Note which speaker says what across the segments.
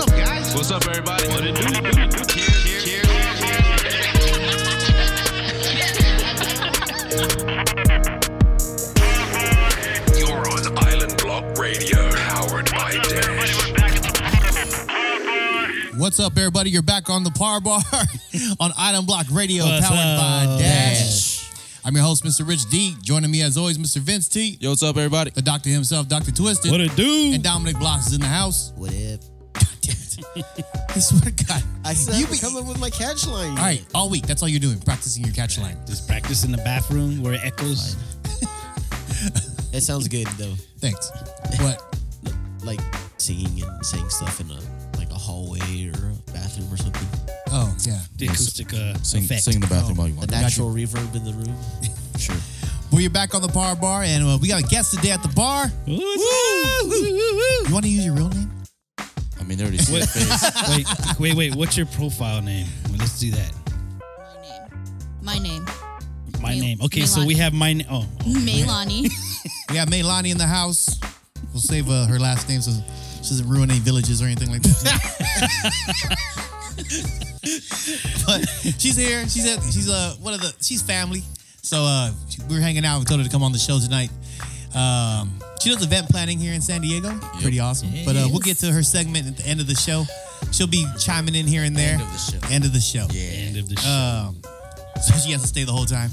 Speaker 1: What's up, everybody? What it do? Cheers, cheers, cheers.
Speaker 2: You're on Island Block Radio, powered by Dash.
Speaker 3: What's up, everybody? You're back on the Par Bar on Item Block Radio,
Speaker 4: What's
Speaker 3: powered by
Speaker 4: up?
Speaker 3: Dash. I'm your host, Mr. Rich D. Joining me, as always, Mr. Vince T.
Speaker 1: Yo, what's up, everybody?
Speaker 3: The doctor himself, Dr. Twisted.
Speaker 4: What it do?
Speaker 3: and Dominic Blocks is in the house.
Speaker 5: What if?
Speaker 3: God damn it. I swear to God.
Speaker 5: I said
Speaker 3: You
Speaker 5: you
Speaker 3: be-
Speaker 5: come up with my catchline.
Speaker 3: All right, all week. That's all you're doing, practicing your catch line.
Speaker 4: Just practice in the bathroom where it echoes.
Speaker 5: That sounds good though.
Speaker 3: Thanks. But
Speaker 5: Like singing and saying stuff in a like a hallway or a bathroom or something.
Speaker 3: oh yeah,
Speaker 4: The acoustic uh,
Speaker 6: Sing,
Speaker 4: effect. Oh,
Speaker 6: sing in the bathroom all you
Speaker 5: The
Speaker 6: want.
Speaker 5: natural reverb in the room.
Speaker 6: Sure.
Speaker 3: well, you're back on the Par Bar, and uh, we got a guest today at the bar.
Speaker 4: Woo! Woo! Woo!
Speaker 3: You want to use your real name?
Speaker 6: I mean, they already see
Speaker 4: What-
Speaker 6: your face.
Speaker 4: wait, wait, wait. What's your profile name? Well, let's do that.
Speaker 7: My name. My name.
Speaker 4: My
Speaker 7: Mel-
Speaker 4: name. Okay, so we
Speaker 7: Melania.
Speaker 4: have my name. Oh,
Speaker 7: Melani.
Speaker 3: We have Maylani in the house. We'll save uh, her last name so she doesn't ruin any villages or anything like that. but she's here. She's at, she's uh one of the she's family. So uh, we were hanging out. We told her to come on the show tonight. Um, she does event planning here in San Diego. Pretty awesome. But uh, we'll get to her segment at the end of the show. She'll be chiming in here and there.
Speaker 6: End of the show.
Speaker 3: End of the show.
Speaker 6: Yeah.
Speaker 4: end of the show.
Speaker 3: Um, so she has to stay the whole time.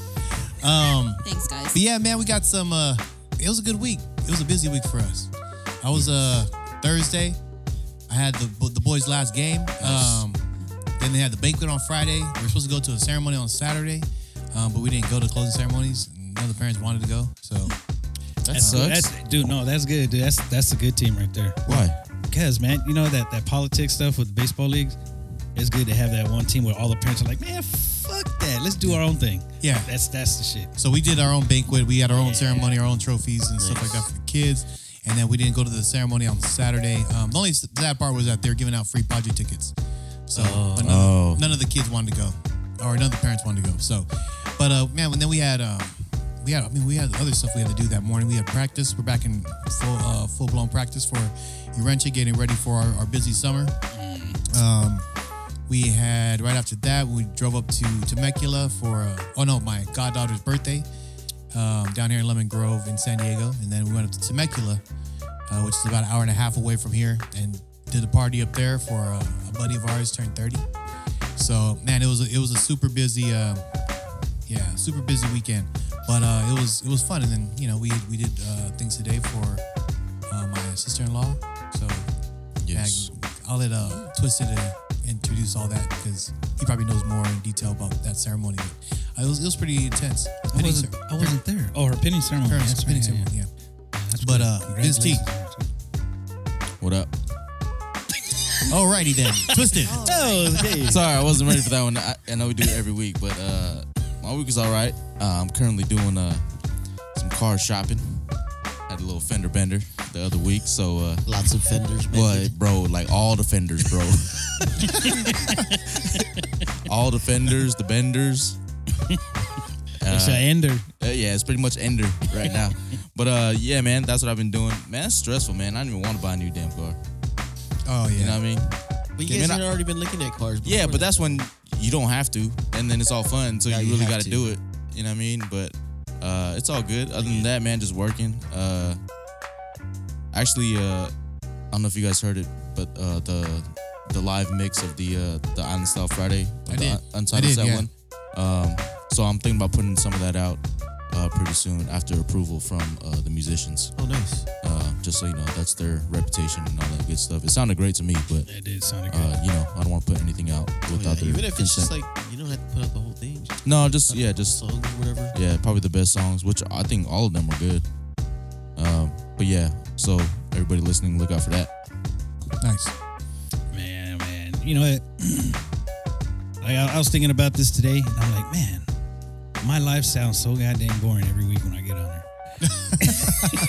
Speaker 3: Um,
Speaker 7: Thanks, guys.
Speaker 3: but yeah, man, we got some. Uh, it was a good week. It was a busy week for us. I was uh Thursday. I had the bo- the boys' last game. Um, then they had the banquet on Friday. We were supposed to go to a ceremony on Saturday, um, but we didn't go to closing ceremonies. None of the parents wanted to go, so
Speaker 6: That
Speaker 4: That's-
Speaker 6: sucks.
Speaker 4: that's- dude, no, that's good. Dude, that's that's a good team right there.
Speaker 6: Why?
Speaker 4: Because man, you know that that politics stuff with baseball leagues. It's good to have that one team where all the parents are like, man, fuck that. Let's do our own thing.
Speaker 3: Yeah.
Speaker 4: that's that's the shit.
Speaker 3: so we did our own banquet. We had our own ceremony, our own trophies and stuff like that for the kids. And then we didn't go to the ceremony on Saturday. Um, the only s- sad part was that they were giving out free Padre tickets. So but none,
Speaker 6: Oh.
Speaker 3: none of the kids wanted to go, or none of the parents wanted to go. So, but uh, man, and then we had uh, we had I mean we had other stuff we had to do that morning. We had practice. We're back in full uh, full blown practice for Urentia, getting ready for our, our busy summer. Um, we had right after that we drove up to Temecula for uh, oh no my goddaughter's birthday um, down here in Lemon Grove in San Diego, and then we went up to Temecula, uh, which is about an hour and a half away from here, and did a party up there for uh, a buddy of ours turned 30. So man, it was a, it was a super busy, uh, yeah, super busy weekend, but uh, it was it was fun, and then you know we we did uh, things today for uh, my sister-in-law, so
Speaker 6: Yes.
Speaker 3: yeah, I'll let uh, Twisted uh, introduce all that because he probably knows more in detail about that ceremony. But, uh, it was it was pretty intense.
Speaker 4: I wasn't, I wasn't there. Oh, her pinning ceremony.
Speaker 3: Her
Speaker 4: That's
Speaker 3: spinning
Speaker 4: right, yeah,
Speaker 3: ceremony, yeah.
Speaker 4: yeah. That's
Speaker 3: But,
Speaker 4: good.
Speaker 3: uh, Vince T.
Speaker 4: Congratulations.
Speaker 6: What up?
Speaker 3: Alrighty then, twisted.
Speaker 4: Oh, okay.
Speaker 6: Sorry, I wasn't ready for that one. I, I know we do it every week, but uh, my week is all right. Uh, I'm currently doing uh, some car shopping. Had a little fender bender the other week, so uh,
Speaker 5: Lots of fenders.
Speaker 6: Boy,
Speaker 5: What?
Speaker 6: bro, like all the fenders, bro. all the fenders, the benders.
Speaker 4: it's an ender.
Speaker 6: Uh, yeah, it's pretty much ender right now. but uh, yeah, man, that's what I've been doing. Man, that's stressful, man. I didn't even want to buy a new damn car.
Speaker 3: Oh
Speaker 6: You know
Speaker 3: yeah.
Speaker 6: what I mean?
Speaker 5: But
Speaker 6: Yeah,
Speaker 5: you guys
Speaker 6: man,
Speaker 5: had already been looking at cars. Before
Speaker 6: Yeah, but that's when you don't have to, and then it's all fun. So
Speaker 5: Yeah,
Speaker 6: you
Speaker 5: you
Speaker 6: really
Speaker 5: have
Speaker 6: got to
Speaker 5: to.
Speaker 6: do it. You know what I mean? But uh, it's all good. Other than that, man, just working. Uh, actually, uh, I don't know if you guys heard it, but uh, the the live mix of the uh, the Island Style Friday,
Speaker 3: I
Speaker 6: the
Speaker 3: did.
Speaker 6: Un- Untitled
Speaker 3: I did,
Speaker 6: Set
Speaker 3: yeah.
Speaker 6: one. Um, so I'm thinking about putting some of that out uh, pretty soon after approval from uh, the musicians.
Speaker 5: Oh, nice.
Speaker 6: Uh, just so you know, that's their reputation and all that good stuff. It sounded great to me, but
Speaker 4: That did sound good.
Speaker 6: uh, you know, I don't want to put anything out
Speaker 5: Oh, yeah.
Speaker 6: without their
Speaker 5: Even if it's
Speaker 6: consent.
Speaker 5: just like you don't have to put out the whole thing, just
Speaker 6: No, just yeah, just
Speaker 5: songs or whatever.
Speaker 6: yeah, probably the best songs, which I think all of them are good. Um, but yeah, so everybody listening, look out for that.
Speaker 3: Nice.
Speaker 4: man, man. You know what? like, I, I was thinking about this today, and I'm like, man, my life sounds so goddamn boring every week when I get on here.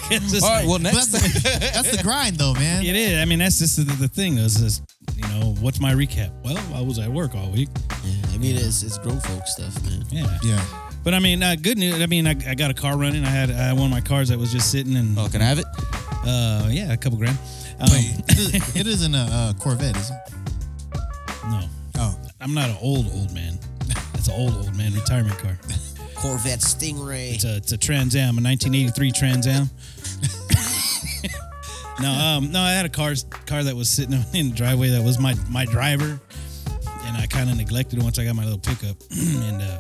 Speaker 4: It's just
Speaker 6: all right,
Speaker 4: like-
Speaker 6: well
Speaker 3: But that's
Speaker 6: next
Speaker 3: the, that's the grind though, man.
Speaker 4: It is. I mean, that's just the, the thing. Is just you know, what's my recap? Well, I was at work all week.
Speaker 5: Yeah, I mean it's it's grown folk stuff, man.
Speaker 4: Yeah.
Speaker 3: Yeah.
Speaker 4: But I mean, uh, good news. I mean, I, I got a car running. I had I had one of my cars that was just sitting and
Speaker 6: oh, can I have it?
Speaker 4: uh, yeah, a couple grand. Um,
Speaker 3: Wait, it is- it isn't a uh, Corvette, is it?
Speaker 4: No,
Speaker 3: Oh,
Speaker 4: I'm not an old old man. That's an old old man retirement car.
Speaker 5: Corvette Stingray.
Speaker 4: It's a, it's a Trans Am, a 1983 Trans Am. no, um, no, I had a car car that was sitting in the driveway that was my my driver, and I kind of neglected it once I got my little pickup, and uh,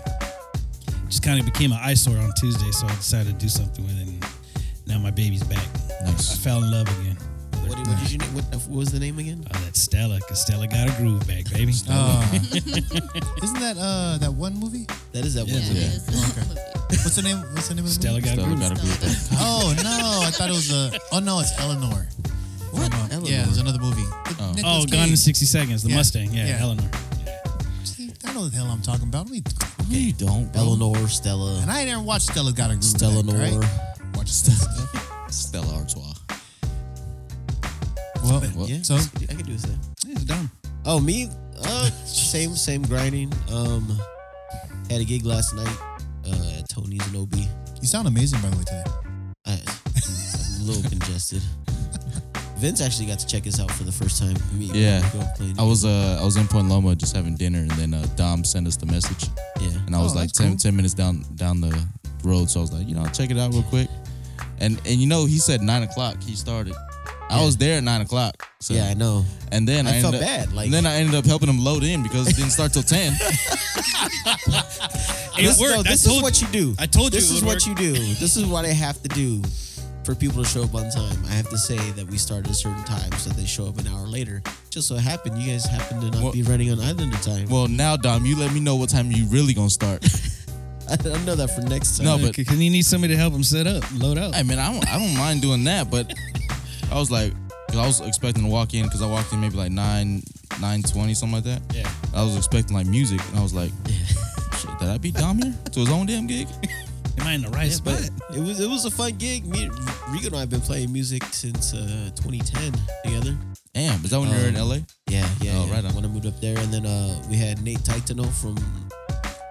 Speaker 4: just kind of became an eyesore on Tuesday. So I decided to do something with it. And now my baby's back.
Speaker 6: Nice.
Speaker 4: I fell in love again.
Speaker 5: What, what, did you, na- what, what was the name again?
Speaker 4: Oh, that's Stella, cause Stella got a groove back, baby.
Speaker 3: uh, isn't that uh that one movie?
Speaker 5: That is that
Speaker 7: Yeah,
Speaker 5: one.
Speaker 7: it
Speaker 5: Yeah.
Speaker 7: is. Movie.
Speaker 3: What's the name? What's the name of the
Speaker 4: Stella
Speaker 3: movie?
Speaker 4: got a
Speaker 6: Stella
Speaker 4: groove.
Speaker 6: got a group back.
Speaker 3: Oh no, I thought it was uh Oh no, it's Eleanor. What? Yeah, there's another movie. With
Speaker 6: Oh.
Speaker 3: Nicolas
Speaker 4: Oh, Gone in
Speaker 3: Cage.
Speaker 4: 60 Seconds, the
Speaker 3: Yeah.
Speaker 4: Mustang. Yeah,
Speaker 3: Yeah.
Speaker 4: Eleanor.
Speaker 3: See, I know what the hell I'm talking about. We,
Speaker 6: No, you don't. bro.
Speaker 5: Eleanor, Stella.
Speaker 3: and I ain't never watched Stella Got a Groove.
Speaker 5: Stella
Speaker 3: Back, right?
Speaker 5: Nor.
Speaker 3: Watch Stella.
Speaker 6: Stella Artois.
Speaker 3: well,
Speaker 6: What?
Speaker 5: Yeah,
Speaker 3: So-
Speaker 5: I can do this. Thing.
Speaker 4: Yeah, it's dumb.
Speaker 5: Oh, me? Uh, same, same grinding. Um, had a gig last night uh, at Tony's and OB.
Speaker 3: you sound amazing by the way today.
Speaker 5: I, I'm a little congested. Vince actually got to check us out for the first time. Me,
Speaker 6: Yeah.
Speaker 5: Go playing.
Speaker 6: I was uh I was in Point Loma just having dinner and then uh, Dom sent us the message
Speaker 5: yeah.
Speaker 6: and I was
Speaker 3: Oh,
Speaker 6: like
Speaker 3: that's
Speaker 6: 10,
Speaker 3: cool.
Speaker 6: 10 minutes down down the road so I was like you know I'll check it out real quick and and you know he said nine o'clock he started I was there at nine o'clock so
Speaker 5: Yeah, I know.
Speaker 6: and then
Speaker 5: I
Speaker 6: I,
Speaker 5: felt
Speaker 6: ended up-
Speaker 5: bad, like-
Speaker 6: and then I ended up helping him load in because it didn't start till ten
Speaker 4: It
Speaker 5: this,
Speaker 4: worked.
Speaker 5: no,
Speaker 4: I
Speaker 5: this
Speaker 4: told
Speaker 5: is what you do.
Speaker 4: I told you
Speaker 5: This
Speaker 4: it
Speaker 5: is
Speaker 4: would work.
Speaker 5: what you do. This is what I have to do for people to show up on time. I have to say that we start at a certain time so they show up an hour later. Just so happened you guys happen to not
Speaker 6: Well-
Speaker 5: be running on Islander time.
Speaker 6: well now Dom you let me know what time you really gonna start
Speaker 5: I know that for next time.
Speaker 6: No, but-
Speaker 4: Because he needs somebody to help him set up, and load up.
Speaker 6: Hey man, I don't, I don't mind doing that, but I was like, 'cause I was expecting to walk in because I walked in maybe like nine nine twenty something like that.
Speaker 4: Yeah.
Speaker 6: I was expecting like music, and I was like, shit, did I beat Dom here to his own damn gig?
Speaker 4: Am I in the right
Speaker 5: Yeah,
Speaker 4: spot?
Speaker 5: but it was it was a fun gig. Me, Rigo and I have been playing music since uh, 2010 together.
Speaker 6: Damn, is that when you were in LA?
Speaker 5: Yeah, yeah.
Speaker 6: Oh,
Speaker 5: yeah.
Speaker 6: right on.
Speaker 5: When I moved up there, and then uh, we had Nate Titano from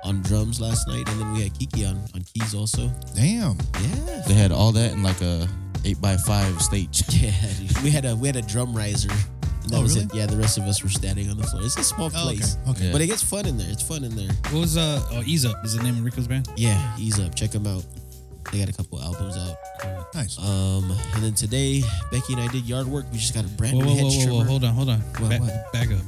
Speaker 5: on drums last night, and then we had Kiki on on keys also.
Speaker 3: Damn.
Speaker 5: Yeah,
Speaker 6: They had all that in like a eight by five stage.
Speaker 5: Yeah, dude. we had a we had a drum riser. And that
Speaker 3: Oh,
Speaker 5: was
Speaker 3: really?
Speaker 5: it. Yeah, the rest of us were standing on the floor. It's a small
Speaker 3: Oh, okay.
Speaker 5: place,
Speaker 3: Okay.
Speaker 6: Yeah.
Speaker 5: but it gets fun in there. It's fun in there.
Speaker 4: What was uh? Oh, Ease Up is the name of Rico's band.
Speaker 5: Yeah, ease up. Check them out. They got a couple albums out.
Speaker 3: Nice.
Speaker 5: Um, and then today, Becky and I did yard work. We just got a brand
Speaker 4: Whoa,
Speaker 5: new
Speaker 4: whoa,
Speaker 5: head
Speaker 4: whoa, whoa,
Speaker 5: trimmer.
Speaker 4: whoa! Hold on, hold on.
Speaker 5: What,
Speaker 4: back,
Speaker 5: what?
Speaker 4: back up.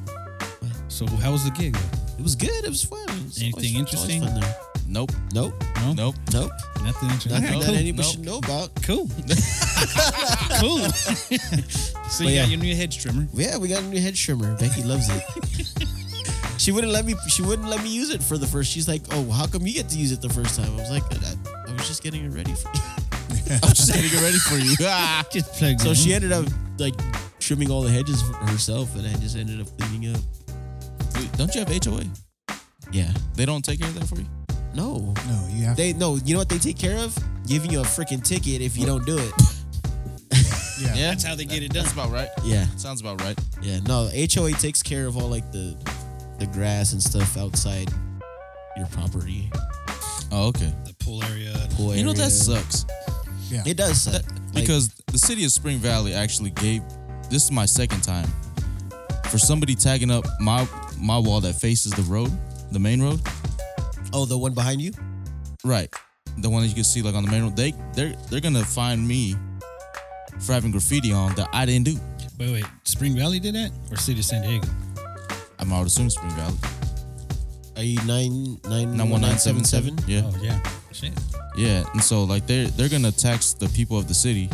Speaker 4: So, how was the gig? though?
Speaker 5: It was good. It was fun. It was
Speaker 4: Anything
Speaker 5: always- it's always
Speaker 4: interesting?
Speaker 5: fun there.
Speaker 6: Nope,
Speaker 5: Nope.
Speaker 4: No,
Speaker 6: nope.
Speaker 5: Nope.
Speaker 4: nothing interesting.
Speaker 5: Nothing
Speaker 4: Okay,
Speaker 5: that
Speaker 4: cool.
Speaker 5: anybody
Speaker 6: nope.
Speaker 5: should know about.
Speaker 4: cool. cool. so you
Speaker 5: yeah.
Speaker 4: got your new hedge trimmer.
Speaker 5: Yeah, we got a new head trimmer. Becky loves it. she wouldn't let me. She wouldn't let me use it for the first. She's like, "Oh, how come you get to use it the first time?" I was like, "I, I was just getting it ready for you."
Speaker 6: I'm just gonna get ready for you. Ah.
Speaker 4: Just plugged
Speaker 5: So
Speaker 4: in.
Speaker 5: she ended up like trimming all the hedges for herself, and I just ended up cleaning up.
Speaker 6: Wait, don't you have HOA?
Speaker 5: Yeah.
Speaker 6: They don't take care of that for you.
Speaker 5: No.
Speaker 3: No, you have.
Speaker 5: They no. You know what they take care of? Giving you a freaking ticket if you don't do it.
Speaker 3: yeah.
Speaker 6: Yeah,
Speaker 4: That's how they get it done.
Speaker 6: That's about right.
Speaker 5: Yeah.
Speaker 6: Sounds about right.
Speaker 5: Yeah. No. HOA takes care of all like the the grass and stuff outside your property.
Speaker 6: Oh, okay.
Speaker 4: the pool area.
Speaker 5: Pool
Speaker 6: You know
Speaker 5: area.
Speaker 6: that sucks.
Speaker 3: Yeah.
Speaker 5: It does suck. Like,
Speaker 6: because the city of Spring Valley actually gave this is my second time for somebody tagging up my my wall that faces the road, the main road,
Speaker 5: oh, the one behind you.
Speaker 6: right, the one that you can see like on the main road. They they're they're gonna find me for having graffiti on that I didn't do.
Speaker 4: Wait, wait. Spring Valley did that, or City of San Diego?
Speaker 6: I'm out assume Spring Valley.
Speaker 5: Are you nine nine
Speaker 6: Nine one nine seven seven. Yeah,
Speaker 4: Oh yeah. Shit.
Speaker 6: yeah. And so like they're they're gonna tax the people of the city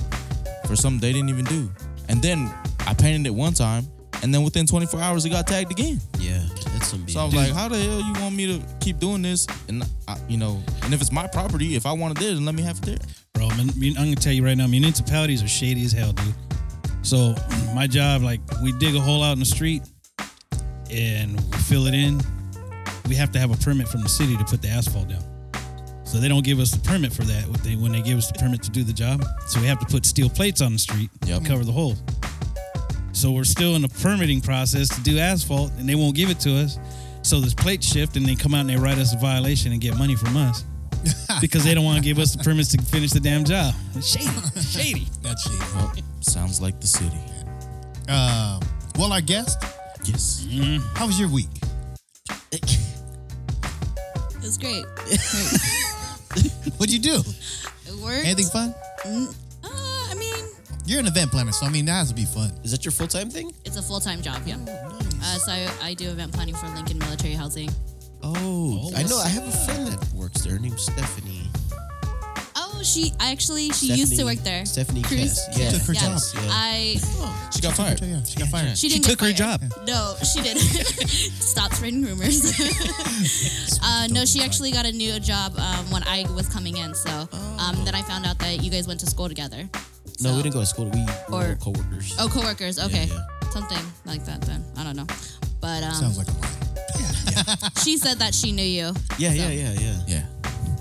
Speaker 6: for something they didn't even do. And then I painted it one time, and then within 24 hours it got tagged again.
Speaker 5: Yeah, that's some.
Speaker 6: So I was like, how the hell you want me to keep doing this? And I, you know, and if it's my property, if I want it there, then let me have it there.
Speaker 4: Bro, I'm, I'm gonna tell you right now, municipalities are shady as hell, dude. So my job, like, we dig a hole out in the street and we fill it in. We have to have a permit from the city to put the asphalt down. So they don't give us the permit for that. When they, when they give us the permit to do the job, so we have to put steel plates on the street
Speaker 6: Yep.
Speaker 4: to cover the hole. So we're still in the permitting process to do asphalt, and they won't give it to us. So this plate shift, and they come out and they write us a violation and get money from us because they don't want to give us the permits to finish the damn job. Shady, shady.
Speaker 3: That's shady.
Speaker 6: Sounds like the city.
Speaker 3: Um, well, our guest
Speaker 6: Yes.
Speaker 3: How was your week?
Speaker 7: It was great.
Speaker 3: What'd you do?
Speaker 7: It worked.
Speaker 3: Anything fun?
Speaker 7: Uh, I mean,
Speaker 3: You're an event planner, so I mean that has to be fun.
Speaker 5: Is that your full time thing?
Speaker 7: it's a full time job. Yeah. Uh, so I, I do event planning for Lincoln Military Housing.
Speaker 5: Oh, I know. I have a friend that works there. Her name's Stephanie.
Speaker 7: Oh, she actually she
Speaker 5: Stephanie-
Speaker 7: used to work there.
Speaker 5: Stephanie
Speaker 7: Cruz.
Speaker 5: Kess, yeah.
Speaker 3: Took her
Speaker 7: yeah.
Speaker 3: job.
Speaker 5: yeah.
Speaker 7: I
Speaker 6: She got fired.
Speaker 3: Yeah, she got fired.
Speaker 7: she
Speaker 4: She
Speaker 7: didn't
Speaker 4: took
Speaker 7: get
Speaker 4: her
Speaker 7: fired.
Speaker 4: job.
Speaker 7: No, she did. Stop spreading rumors. uh, no, she actually got a new job um, when I was coming in. So um, then I found out that you guys went to school together.
Speaker 5: No,
Speaker 7: So-
Speaker 5: we didn't go to school. We were
Speaker 7: Or-
Speaker 5: coworkers.
Speaker 7: Oh, coworkers. Okay,
Speaker 5: yeah.
Speaker 7: something like that. Then I don't know, but um,
Speaker 3: Sounds like a lie.
Speaker 7: she said that she knew you.
Speaker 5: yeah, yeah, yeah, yeah.
Speaker 6: Yeah.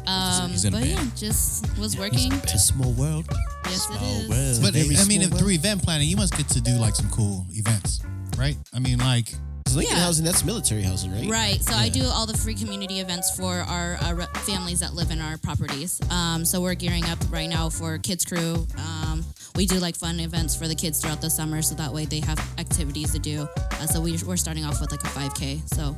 Speaker 7: Um,
Speaker 6: He's in a
Speaker 7: but
Speaker 6: band.
Speaker 7: yeah, just was working.
Speaker 5: It's a small world.
Speaker 7: Yes, it
Speaker 5: Small
Speaker 7: is.
Speaker 5: world.
Speaker 3: But
Speaker 5: Oh, Very
Speaker 3: I mean,
Speaker 5: small world.
Speaker 3: through event planning, you must get to do like some cool events, right? I mean, like
Speaker 5: It's Lincoln
Speaker 7: Yeah.
Speaker 5: Housing, that's military housing, right?
Speaker 7: Right. So I do all the free community events for our uh, re- families that live in our properties. Um, so we're gearing up right now for Kids Crew. Um, we do like fun events for the kids throughout the summer, so that way they have activities to do. Uh, so we, we're starting off with like a 5K. So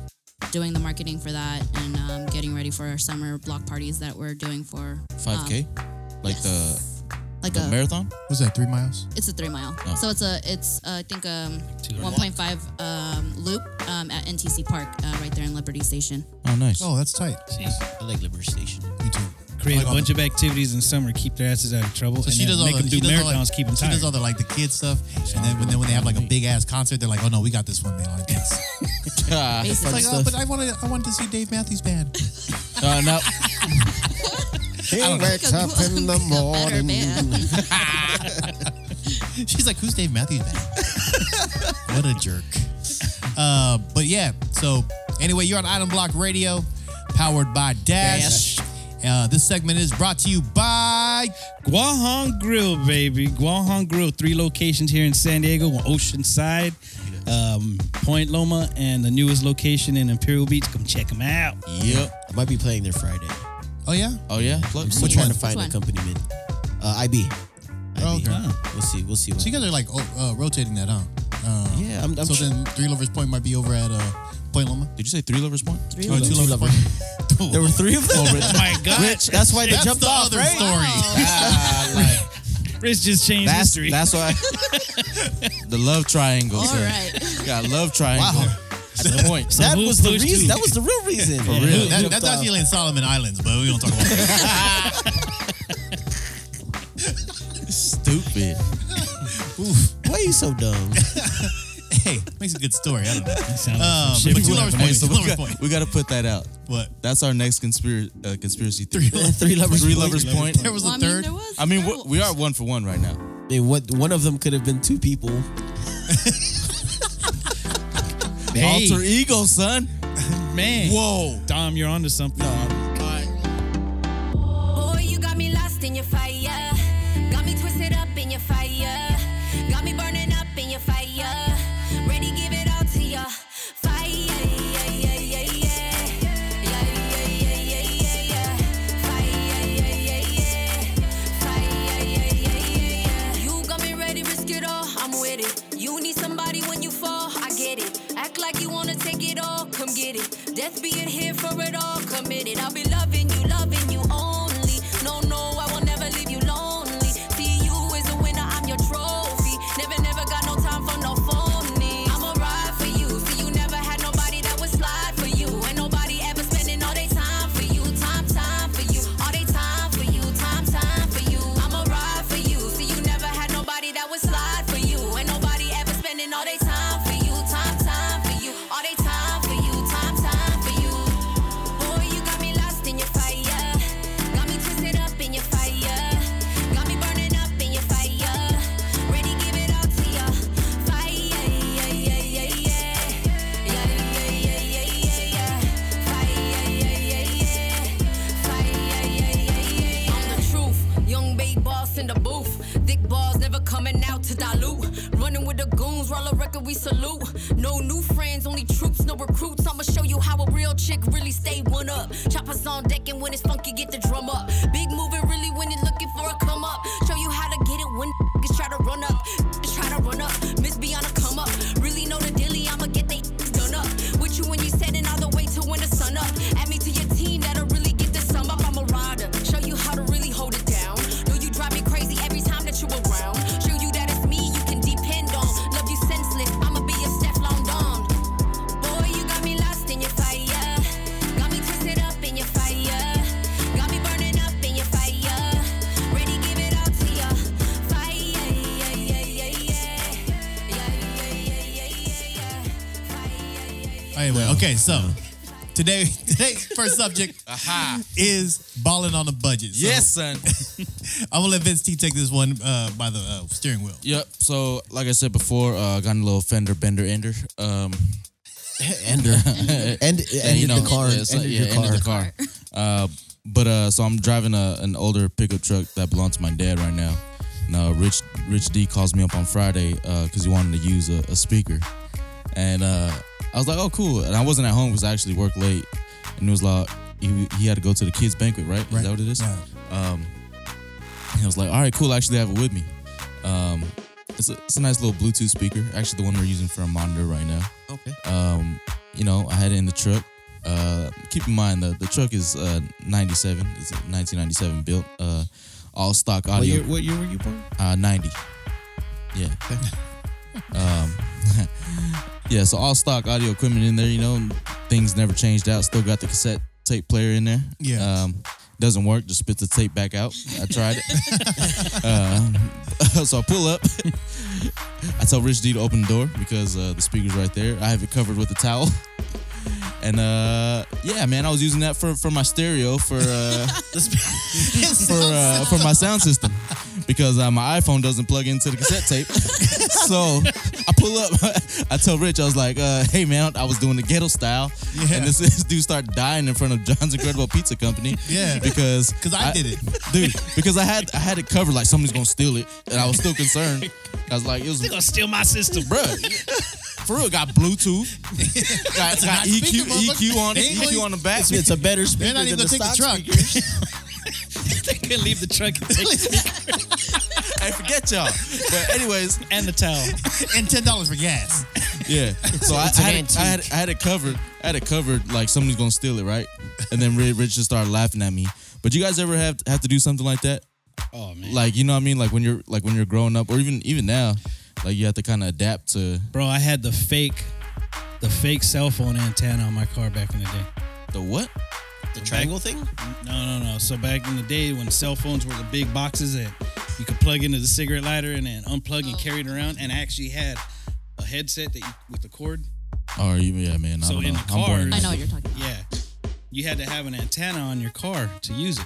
Speaker 7: doing the marketing for that and um, getting ready for our summer block parties that we're doing for um,
Speaker 6: 5K? Like
Speaker 7: yes. like
Speaker 6: the the
Speaker 7: a
Speaker 6: marathon?
Speaker 3: was that three miles?
Speaker 7: it's a three mile.
Speaker 6: Oh.
Speaker 7: So it's a it's uh, I think um
Speaker 4: two
Speaker 7: one point five um, loop um, at NTC Park uh, right there in Liberty Station.
Speaker 6: Oh, nice.
Speaker 3: Oh, that's tight.
Speaker 5: I like Liberty Station.
Speaker 3: Me too.
Speaker 4: Create
Speaker 3: Like
Speaker 4: a
Speaker 3: all
Speaker 4: bunch of activities in summer, keep their asses out of trouble,
Speaker 3: So
Speaker 4: and
Speaker 3: she
Speaker 4: then
Speaker 3: does all
Speaker 4: make
Speaker 3: the
Speaker 4: them
Speaker 3: she
Speaker 4: do
Speaker 3: does all
Speaker 4: marathons,
Speaker 3: the,
Speaker 4: keep them
Speaker 3: She
Speaker 4: tired.
Speaker 3: does all the like the kid stuff, and then when, then when they have like a big ass concert, they're like, oh no, we got this one. They like yes.
Speaker 6: Ah,
Speaker 3: It's
Speaker 7: Basically.
Speaker 3: like, oh, but I wanted I wanted to see Dave Matthews Band.
Speaker 6: uh, no.
Speaker 5: He
Speaker 7: wakes up in the morning.
Speaker 3: She's like, who's Dave Matthews Band? what a jerk. Uh, but yeah, so anyway, you're on Item Block Radio, powered by Dash. Uh, this segment is brought to you by
Speaker 4: Guahong Grill, baby. Guahong Grill, three locations here in San Diego, one Oceanside, um, Point Loma, and the newest location in Imperial Beach. Come check them out.
Speaker 6: Yep.
Speaker 5: I might be playing there Friday.
Speaker 3: Oh yeah,
Speaker 6: Oh, yeah? Plug.
Speaker 5: We're trying
Speaker 3: one?
Speaker 5: to find
Speaker 7: Which one?
Speaker 5: accompaniment. Uh, IB.
Speaker 3: Oh,
Speaker 5: IB.
Speaker 3: okay.
Speaker 5: We'll see. We'll see. What
Speaker 3: so you guys are like oh, uh, rotating that, huh? Uh,
Speaker 5: yeah, I'm, I'm
Speaker 3: so
Speaker 5: sure.
Speaker 3: then Three Lovers Point might be over at uh, Point Loma.
Speaker 6: Did you say Three Lovers Point?
Speaker 7: Three
Speaker 3: Or
Speaker 7: loop.
Speaker 3: Two
Speaker 5: Lovers
Speaker 3: Lovers
Speaker 5: Point.
Speaker 3: Point.
Speaker 5: There were three of them.
Speaker 4: Oh my God.
Speaker 5: Rich, that's why they
Speaker 3: That's
Speaker 5: jumped
Speaker 3: the
Speaker 5: off,
Speaker 3: other
Speaker 5: right?
Speaker 3: story.
Speaker 6: Ah, like,
Speaker 4: Rich just changed
Speaker 6: that's,
Speaker 4: history.
Speaker 6: that's why. the love triangle.
Speaker 7: All
Speaker 6: sir.
Speaker 7: right.
Speaker 6: Got love triangle.
Speaker 5: Wow.
Speaker 6: At the point.
Speaker 5: That
Speaker 4: who-
Speaker 5: was the
Speaker 4: who's
Speaker 5: reason.
Speaker 4: who?
Speaker 5: That was the real reason. For
Speaker 6: real.
Speaker 3: That, that's actually in Solomon Islands, but we don't talk about that.
Speaker 6: Stupid.
Speaker 5: Why are you so dumb?
Speaker 3: hey, makes a good story. I don't know.
Speaker 4: That sounds
Speaker 3: Um,
Speaker 4: like some shit
Speaker 3: but
Speaker 4: we
Speaker 3: you learned
Speaker 4: would have to
Speaker 3: from
Speaker 4: wait.
Speaker 3: So
Speaker 6: we,
Speaker 3: Lovers
Speaker 6: got,
Speaker 3: Point.
Speaker 6: we got to put that out.
Speaker 3: What?
Speaker 6: That's our next conspiracy uh, conspiracy theory.
Speaker 5: Three lovers.
Speaker 6: Three
Speaker 5: Point.
Speaker 6: Lovers Point.
Speaker 3: There was
Speaker 7: Well,
Speaker 3: a
Speaker 7: I mean,
Speaker 3: third.
Speaker 7: there was-
Speaker 6: I mean,
Speaker 7: there
Speaker 6: w- we are one for one right now.
Speaker 5: I mean, what? One of them could have been two people.
Speaker 4: Hey,
Speaker 6: Alter ego, son.
Speaker 3: E-
Speaker 4: man.
Speaker 6: Whoa.
Speaker 4: Dom, you're onto something.
Speaker 8: Oh, you got me lost in your fire. Got me twisted up in your fire. Got me burning up in your fire. Ready, give it all to your fire. Yeah, yeah, yeah, yeah. Yeah, yeah, yeah, yeah, yeah, yeah. Fire, yeah, yeah, yeah. Fire, yeah, yeah, yeah, yeah. You got me ready, risk it all. I'm with it. You need somebody when you fall. I get it. Act like you wanna take it all. Come get it. Death being here for it all. Committed. I'll be loving you, loving you only. No, no, I will never leave you lonely. See you as a winner. I'm your trophy. Never, never got no time for no phony. I'ma ride for you. See, you never had nobody that would slide for you. Ain't nobody ever spending all their time for you. Time, time for you. All they time for you. Time, time for you. I'ma ride for you. See, you never had nobody that would slide for you. Ain't nobody ever spending all their time for you. Time, time for you. All they time for you. Time, time for you. Boy, you got me lost in your fire. Got me twisted up in your fire. Got me burning up in your fire. Ready, give it all to your fire. Yeah, yeah, yeah, yeah. Yeah, yeah, yeah, yeah, yeah, yeah. Fire, yeah, yeah, yeah. Fire, yeah, yeah, yeah, yeah. I'm the truth. Young babe boss in the booth. Dick balls never coming out to dilute. Running with the goons, roll a record, we salute. No new friends, only troops, no recruits. I'ma show you how a real chick really stay one up. Choppers on deck and when it's funky, get the drum up. Big moving really when it looking for a come up. Show you how to get it when is try to run up. Try to run up. Miss Beyond a come up. Really know the dilly, I'ma get they
Speaker 3: Anyway, okay, so today today's first subject
Speaker 6: Aha.
Speaker 3: is balling on a budget. So
Speaker 6: Yes, son.
Speaker 3: I'm gonna let Vince T take this one uh, by the uh, steering wheel.
Speaker 6: yep. So, like I said before, uh, got in a little fender bender ender. Um,
Speaker 5: Ender. End, ended
Speaker 6: you know,
Speaker 5: the car.
Speaker 6: yeah, so-
Speaker 5: ended
Speaker 6: yeah,
Speaker 5: your car.
Speaker 6: ended the car. Uh, but uh, so I'm driving a, an older pickup truck that belongs to my dad right now. Now, Rich Rich D calls me up on Friday because he wanted to use a, a speaker, and uh, I was like, "Oh, cool." And I wasn't at home because I actually worked late, and it was like he, he had to go to the kids' banquet, right? Is that what it is?
Speaker 3: Right.
Speaker 6: And I was like, all right, cool. I actually have it with me. Um, it's, a, it's a nice little Bluetooth speaker. Actually, the one we're using for a monitor right now.
Speaker 5: Okay.
Speaker 6: Um, you know, I had it in the truck. Uh, keep in mind the the truck is uh 97. It's a 1997 built. Uh, all stock
Speaker 5: What
Speaker 6: audio.
Speaker 5: year, what year were you born?
Speaker 6: Uh, 90. Yeah. um, yeah, so all stock audio equipment in there, you know, things never changed out. Still got the cassette tape player in there.
Speaker 3: Yeah.
Speaker 6: Um, doesn't work, just spits the tape back out. I tried it. uh, so I pull up. I tell Rich D to open the door because uh, the speaker's right there. I have it covered with a towel. And uh, yeah, man, I was using that for, for my stereo for uh, for uh, for my sound system because uh, my iPhone doesn't plug into the cassette tape. so I pull up, I tell Rich, I was like, uh, "Hey man, I was doing the ghetto style,
Speaker 3: Yeah.
Speaker 6: and this, this dude started dying in front of John's Incredible Pizza Company,
Speaker 3: Yeah.
Speaker 6: because
Speaker 3: 'Cause I did it.
Speaker 6: dude, because I had I had it covered like somebody's gonna steal it, and I was still concerned. I was like, it was
Speaker 4: They're gonna steal my system, bro.
Speaker 6: bruh. For real, got Bluetooth, got, got E EQ,
Speaker 3: speaker, motherfucker.
Speaker 6: EQ on it,
Speaker 3: They ain't gonna-
Speaker 6: EQ on the back.
Speaker 5: It's, it's a better
Speaker 3: They're
Speaker 5: speaker
Speaker 3: not even
Speaker 5: than
Speaker 3: gonna
Speaker 5: the
Speaker 3: take the
Speaker 5: stock
Speaker 3: truck.
Speaker 5: speaker.
Speaker 4: they could leave the truck and, take
Speaker 6: I forget y'all. But anyways,
Speaker 4: and the towel.
Speaker 3: and ten dollars for gas.
Speaker 6: Yeah. So I,
Speaker 5: it's
Speaker 6: I,
Speaker 5: an
Speaker 6: had it, I, had, I had it covered. I had it covered like somebody's gonna steal it, right? And then Rich, Rich just started laughing at me. But you guys ever have have to do something like that?
Speaker 4: Oh man,
Speaker 6: Like you know what I mean? Like when you're like when you're growing up, or even even now, like you have to kind of adapt to
Speaker 4: bro, I had the fake, the fake cell phone antenna on my car back in the day.
Speaker 6: the what?
Speaker 5: The triangle thing?
Speaker 4: No, no, no. So back in the day when cell phones were the big boxes that you could plug into the cigarette lighter and then unplug and carry it around, and I actually had a headset that you, with the cord.
Speaker 6: Or you, yeah, man. I
Speaker 4: So
Speaker 6: don't
Speaker 4: in
Speaker 6: know.
Speaker 4: the
Speaker 6: I'm boring.
Speaker 4: cars-
Speaker 7: I know what you're talking about.
Speaker 4: Yeah, you had to have an antenna on your car to use it,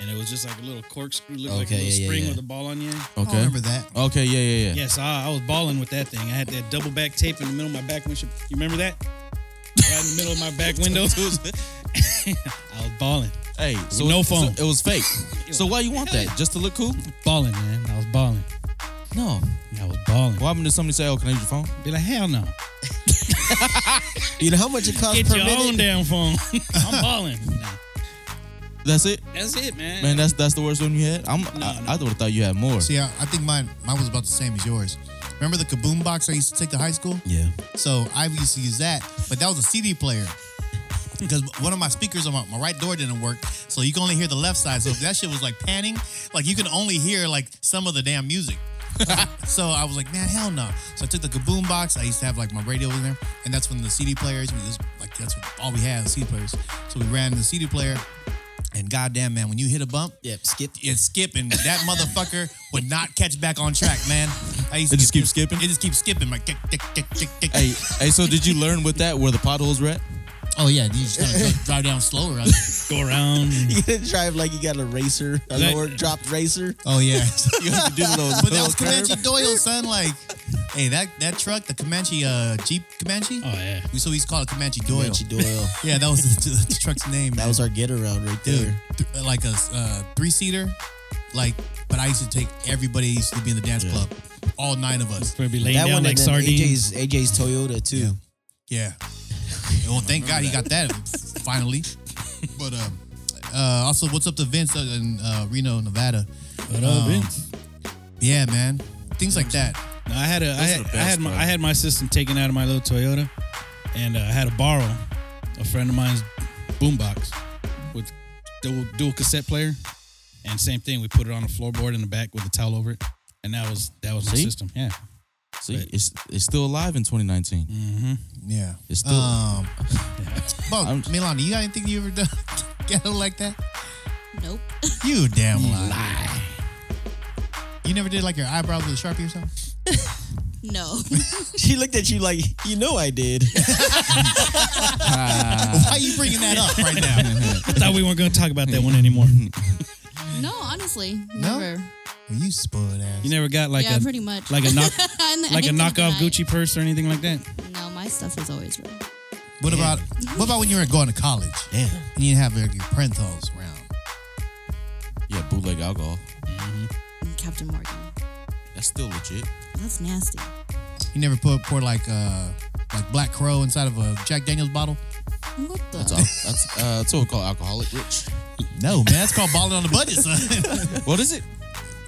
Speaker 4: and it was just like a little corkscrew, looked like a
Speaker 5: Okay,
Speaker 4: little
Speaker 5: yeah, yeah,
Speaker 4: spring
Speaker 5: yeah.
Speaker 4: with a ball on you.
Speaker 3: I
Speaker 6: Okay.
Speaker 3: remember that.
Speaker 6: Okay. Yeah. Yeah. Yeah.
Speaker 4: Yes, I, I was balling with that thing. I had that double back tape in the middle of my back windshield. You remember that? Right in the middle of my back window. I was balling,
Speaker 6: Hey. So
Speaker 4: No
Speaker 6: it- so
Speaker 4: phone.
Speaker 6: it was fake. so why you want that? Just to look cool?
Speaker 4: balling, man. I was balling.
Speaker 6: No.
Speaker 4: I was balling.
Speaker 6: What happened to somebody say, "Oh, can I use your phone?"
Speaker 4: Be like, hell no.
Speaker 5: You know how much it costs
Speaker 4: Get
Speaker 5: per
Speaker 4: your own
Speaker 5: minute?
Speaker 4: damn phone. I'm balling.
Speaker 6: That's it.
Speaker 4: That's it, man.
Speaker 6: Man, that's that's the worst one you had. I'm. I,
Speaker 4: no.
Speaker 6: I would have thought you had more.
Speaker 3: See, I, I think mine mine was about the same as yours. Remember the kaboom box I used to take to high school?
Speaker 6: Yeah.
Speaker 3: So I used to use that, but that was a CD player. Because one of my speakers on my, my right door didn't work, so you can only hear the left side. So if that shit was like panning, like you can only hear like some of the damn music. so I was like, man, hell no. So I took the kaboom box. I used to have like my radio in there, and that's when the CD players. We just like that's all we had CD players. So we ran the CD player, and goddamn man, when you hit a bump,
Speaker 5: Yep, skip.
Speaker 3: and skip, and that motherfucker would not catch back on track, man. I used to
Speaker 6: It just
Speaker 3: get
Speaker 6: keeps
Speaker 3: pissed.
Speaker 6: skipping?
Speaker 3: It just keeps skipping. Like, tick, tick, tick, tick, tick.
Speaker 6: Hey, hey, so did you learn with that where the potholes were at?
Speaker 3: Oh yeah, you just gotta go- drive down slower. I-
Speaker 4: Go around.
Speaker 5: You gotta drive like you got a racer, a
Speaker 4: Like-
Speaker 5: lower dropped racer.
Speaker 3: oh yeah,
Speaker 6: You have to do those.
Speaker 3: but that was
Speaker 6: those curves.
Speaker 3: Comanche Doyle, son. Like, hey, that that truck, the Comanche uh, Jeep Comanche.
Speaker 4: Oh, yeah.
Speaker 3: We so we used to call it Comanche Doyle.
Speaker 5: Richie Doyle.
Speaker 3: Yeah, that was the, the truck's name.
Speaker 5: That
Speaker 3: man.
Speaker 5: was our get around right
Speaker 3: dude,
Speaker 5: there.
Speaker 3: th- like a uh, three seater, like. But I used to take everybody used to be in the dance club, all nine of us.
Speaker 4: We'll be laying
Speaker 5: That
Speaker 4: down
Speaker 5: one
Speaker 4: like
Speaker 5: and then
Speaker 4: sardines.
Speaker 5: AJ's, AJ's Toyota too.
Speaker 3: Yeah. Well, thank God he got that finally. But uh, uh, also, what's up to Vince uh, in uh, Reno, Nevada?
Speaker 4: What up,
Speaker 3: Um,
Speaker 5: Oh.
Speaker 4: Vince?
Speaker 3: Yeah, man. Things like that.
Speaker 4: No, I had a, I
Speaker 6: Those are
Speaker 4: had,
Speaker 6: the best,
Speaker 4: I had my,
Speaker 6: bro.
Speaker 4: I had my system taken out of my little Toyota, and uh, I had to borrow a friend of mine's boombox with dual, dual cassette player, and same thing. We put it on a floorboard in the back with a towel over it, and that was that was the
Speaker 6: See?
Speaker 4: system. Yeah,
Speaker 6: See, it's it's still alive in 2019.
Speaker 3: Yeah.
Speaker 6: It's still-
Speaker 3: Um, but
Speaker 6: I'm-
Speaker 3: Milani, you got anything you ever done ghetto like that?
Speaker 7: Nope.
Speaker 3: You damn lie. You never did like your eyebrows with a sharpie or something?
Speaker 7: No.
Speaker 5: She looked at you like, you know, I did.
Speaker 3: Why are you bringing that up right now?
Speaker 4: I thought we weren't going to talk about that one anymore.
Speaker 7: no, honestly.
Speaker 3: No?
Speaker 7: Never.
Speaker 3: Well, you spud ass.
Speaker 4: You never got like
Speaker 7: yeah,
Speaker 4: a
Speaker 7: pretty much.
Speaker 4: like a knock
Speaker 7: I'm
Speaker 4: like a
Speaker 7: anything
Speaker 4: knockoff
Speaker 7: denied.
Speaker 4: Gucci purse or anything like that.
Speaker 7: No, my stuff is always real.
Speaker 3: what about what about when you were going to college?
Speaker 5: Damn.
Speaker 3: And you didn't have like, your prenthals around.
Speaker 6: Yeah, bootleg alcohol.
Speaker 7: And Captain Morgan.
Speaker 6: That's still legit.
Speaker 7: That's nasty.
Speaker 3: You never put pour like uh like Black Crow inside of a Jack Daniels bottle.
Speaker 7: What the?
Speaker 6: That's all. That's uh, that's what we call alcoholic rich.
Speaker 3: No man, that's called balling on the budget, son.
Speaker 6: What is it?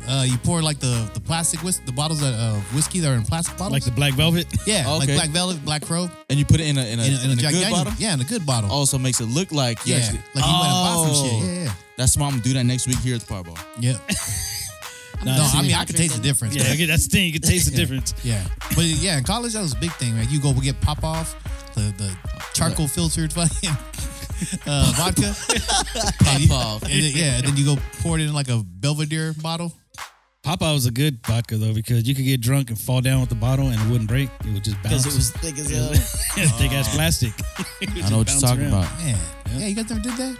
Speaker 3: uh, you pour like the the plastic whis- the bottles of uh, whiskey that are in plastic bottles.
Speaker 4: Like the black velvet.
Speaker 3: yeah,
Speaker 6: Oh,
Speaker 3: like
Speaker 6: okay.
Speaker 3: Black Velvet, Black Crow,
Speaker 6: And you put it in a in
Speaker 3: in a,
Speaker 6: a,
Speaker 3: Uh, in a
Speaker 6: in a
Speaker 3: Jack
Speaker 6: good
Speaker 3: Daniels.
Speaker 6: bottle.
Speaker 3: Yeah, in a good bottle.
Speaker 6: Also makes it look like you
Speaker 3: yeah,
Speaker 6: actually.
Speaker 3: like you went and bought some
Speaker 6: Oh.
Speaker 3: shit. Yeah,
Speaker 6: That's why I'm gonna do that next week here at the Powerball.
Speaker 3: yeah. yeah. no, I mean I could taste the difference.
Speaker 4: Yeah,
Speaker 3: but-
Speaker 4: okay, that's the thing. You can taste the difference.
Speaker 3: Yeah, but yeah, in college that was a big thing. Like you go get pop off the the charcoal filtered fucking uh, vodka.
Speaker 6: Pop off.
Speaker 3: And then, yeah, and then you go pour it in like a Belvedere bottle.
Speaker 4: Papa was a good vodka though because you could get drunk and fall down with the bottle and it wouldn't break. It would just bounce.
Speaker 5: Because it was thick as hell.
Speaker 4: thick ass plastic.
Speaker 6: I know what you're talking about.
Speaker 3: Man, yeah, you guys never did that.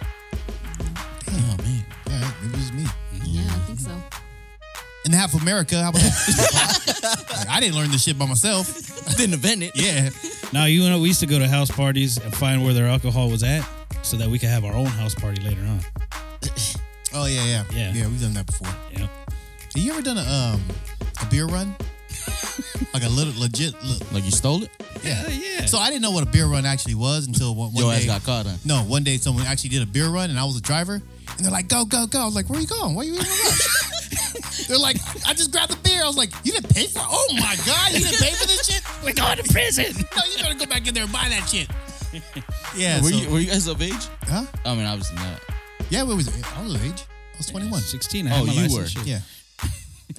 Speaker 6: Oh man.
Speaker 3: Yeah, maybe it was me.
Speaker 7: yeah, I think so.
Speaker 3: In half America, how about that? Like, I didn't learn this shit by myself.
Speaker 6: I didn't invent it.
Speaker 3: Yeah,
Speaker 4: Now you know we used to go to house parties and find where their alcohol was at so that we could have our own house party later on.
Speaker 3: oh yeah, yeah,
Speaker 4: Yeah.
Speaker 3: yeah. We've done that before.
Speaker 4: Yeah.
Speaker 3: Have you ever done a um a beer run? like a little legit, li-
Speaker 6: Like you stole it.
Speaker 3: yeah.
Speaker 4: yeah.
Speaker 3: So I didn't know what a beer run actually was until one, one
Speaker 6: Your
Speaker 3: day.
Speaker 6: ass got caught, huh?
Speaker 3: No, one day someone actually did a beer run and I was a driver and they're like, go, go, go. I was like, where you going? Why you in a rush? they're like, I just grabbed the beer. I was like, you didn't pay for it? Oh my God, you didn't pay for this shit? We're going to prison. No, you better go back in there and buy that shit. Yeah,
Speaker 6: Were
Speaker 3: so-
Speaker 6: you, were you guys of age?
Speaker 3: huh?
Speaker 6: I mean, obviously not.
Speaker 3: Yeah, where was it? I was age. I was 21.
Speaker 4: 16. I had
Speaker 6: Oh,
Speaker 4: my
Speaker 6: you
Speaker 4: license
Speaker 6: were.
Speaker 4: shit.
Speaker 3: Yeah.